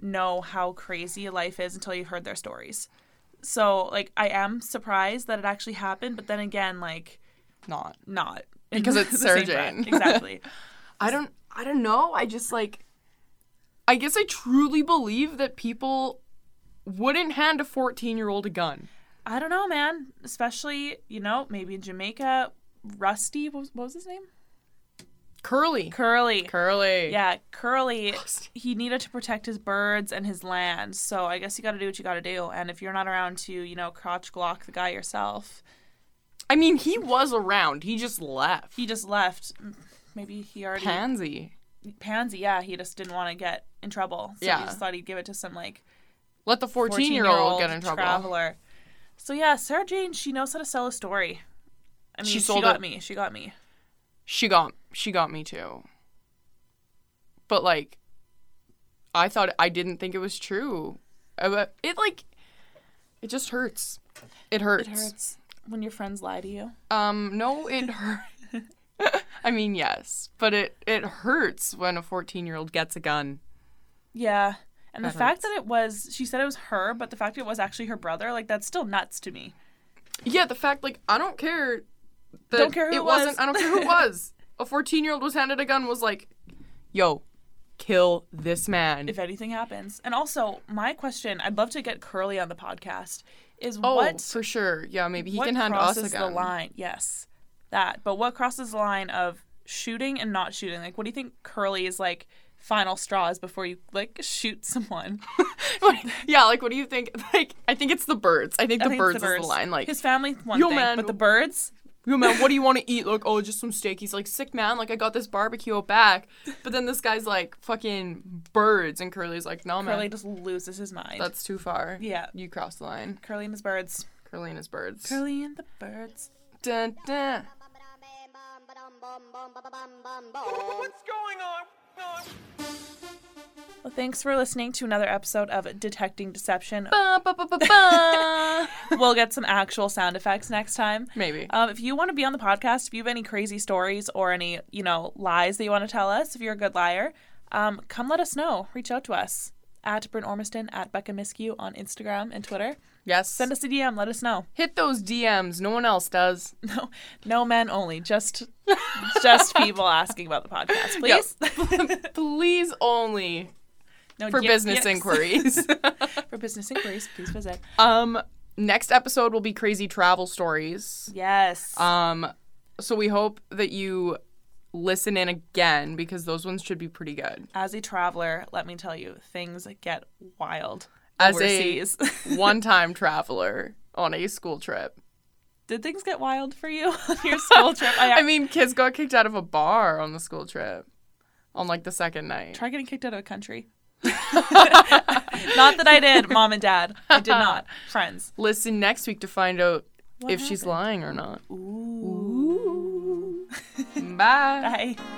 Speaker 2: know how crazy life is until you've heard their stories. So, like, I am surprised that it actually happened, but then again, like,
Speaker 1: not.
Speaker 2: not. in
Speaker 1: Because it's
Speaker 2: the
Speaker 1: Sarah
Speaker 2: same breath.
Speaker 1: Jane.
Speaker 2: Exactly.
Speaker 1: I don't I don't know. I just like I guess I truly believe that people wouldn't hand a 14-year-old a gun.
Speaker 2: I don't know, man. Especially, you know, maybe in Jamaica, Rusty, what was, what was his name?
Speaker 1: Curly.
Speaker 2: Curly.
Speaker 1: Curly.
Speaker 2: Yeah, Curly, he needed to protect his birds and his land. So I guess you got to do what you got to do. And if you're not around to, you know, crotch glock the guy yourself,
Speaker 1: I mean, he was around. He just left.
Speaker 2: he just left. M- Maybe he already.
Speaker 1: pansy.
Speaker 2: Pansy, yeah, he just didn't want to get in trouble. So
Speaker 1: Yeah.
Speaker 2: he just thought he'd give it to some, like,
Speaker 1: Let the
Speaker 2: 14-year-old
Speaker 1: 14-year-old get in trouble.
Speaker 2: traveler. So yeah, Sarah Jane, she knows how to sell a story. I mean,
Speaker 1: She
Speaker 2: she,
Speaker 1: sold
Speaker 2: got
Speaker 1: it.
Speaker 2: me. She got me.
Speaker 1: She got she got me too. But like I thought I didn't think it was true. Uh, but It like It just hurts. It hurts.
Speaker 2: when your friends lie to you.
Speaker 1: Um, no, it hurts. I mean, yes, but it it hurts when a 14-year-old gets a gun.
Speaker 2: Yeah. And the fact that it was, she said it was her, but the fact it was actually her brother, like that's still nuts to me.
Speaker 1: Yeah, the fact like I don't care. That
Speaker 2: Don't care who it was.
Speaker 1: not I don't care who it was. A 14-year-old was handed a gun. Was like, yo, kill this man.
Speaker 2: If anything happens. And also, my question, I'd love to get Curly on the podcast, is
Speaker 1: oh,
Speaker 2: what
Speaker 1: for sure. Yeah, maybe he
Speaker 2: what
Speaker 1: can hand us
Speaker 2: crosses
Speaker 1: a
Speaker 2: the
Speaker 1: gun.
Speaker 2: line? Yes, that. But what crosses the line of shooting and not shooting? Like, what do you think Curly's like final straw is before you like shoot someone?
Speaker 1: yeah, like what do you think? Like I think it's the birds. I think,
Speaker 2: I
Speaker 1: the,
Speaker 2: think
Speaker 1: birds
Speaker 2: it's
Speaker 1: is the line. Like
Speaker 2: his family, one
Speaker 1: "Yo,
Speaker 2: thing,
Speaker 1: man,
Speaker 2: but the birds.
Speaker 1: yo man, what do you want to eat? Like, oh, just some steak. He's like, sick man, like I got this barbecue out back. But then this guy's like, fucking birds, and Curly's like, no man,
Speaker 2: Curly just loses his mind.
Speaker 1: that's too far.
Speaker 2: Yeah.
Speaker 1: you crossed the line.
Speaker 2: Curly and his birds.
Speaker 1: Curly and his birds.
Speaker 2: Curly and the birds.
Speaker 1: Dun, dun.
Speaker 2: Well, thanks for listening to another episode of Detecting Deception.
Speaker 1: Ba, ba, ba, ba, ba.
Speaker 2: we'll get some actual sound effects next time.
Speaker 1: Maybe.
Speaker 2: Um, if you want to be on the podcast, if you have any crazy stories or any, you know, lies that you want to tell us, if you're a good liar, um, come let us know. Reach out to us at Brent Ormiston, at Becca Miskew on Instagram and Twitter.
Speaker 1: yes.
Speaker 2: Send us a DM. Let us know.
Speaker 1: Hit those DMs. No one else does.
Speaker 2: No, no men only. Just, just people asking about the podcast, please.
Speaker 1: Please only
Speaker 2: No,
Speaker 1: for
Speaker 2: yip,
Speaker 1: business
Speaker 2: yips.
Speaker 1: inquiries.
Speaker 2: For business inquiries, please visit.
Speaker 1: um, next episode will be crazy travel stories.
Speaker 2: Yes.
Speaker 1: Um, so we hope that you listen in again because those ones should be pretty good.
Speaker 2: As a traveler, let me tell you, things get wild.
Speaker 1: As a-
Speaker 2: overseas.
Speaker 1: One-time traveler on a school trip.
Speaker 2: Did things get wild for you on your school trip? I,
Speaker 1: I mean, kids got kicked out of a bar on the school trip on like the second night.
Speaker 2: try getting kicked out of a country. not that I did, mom and dad. I did not. Friends.
Speaker 1: Listen next week to find out
Speaker 2: What
Speaker 1: if she's lying or not.
Speaker 2: Ooh.
Speaker 1: Bye.
Speaker 2: Bye.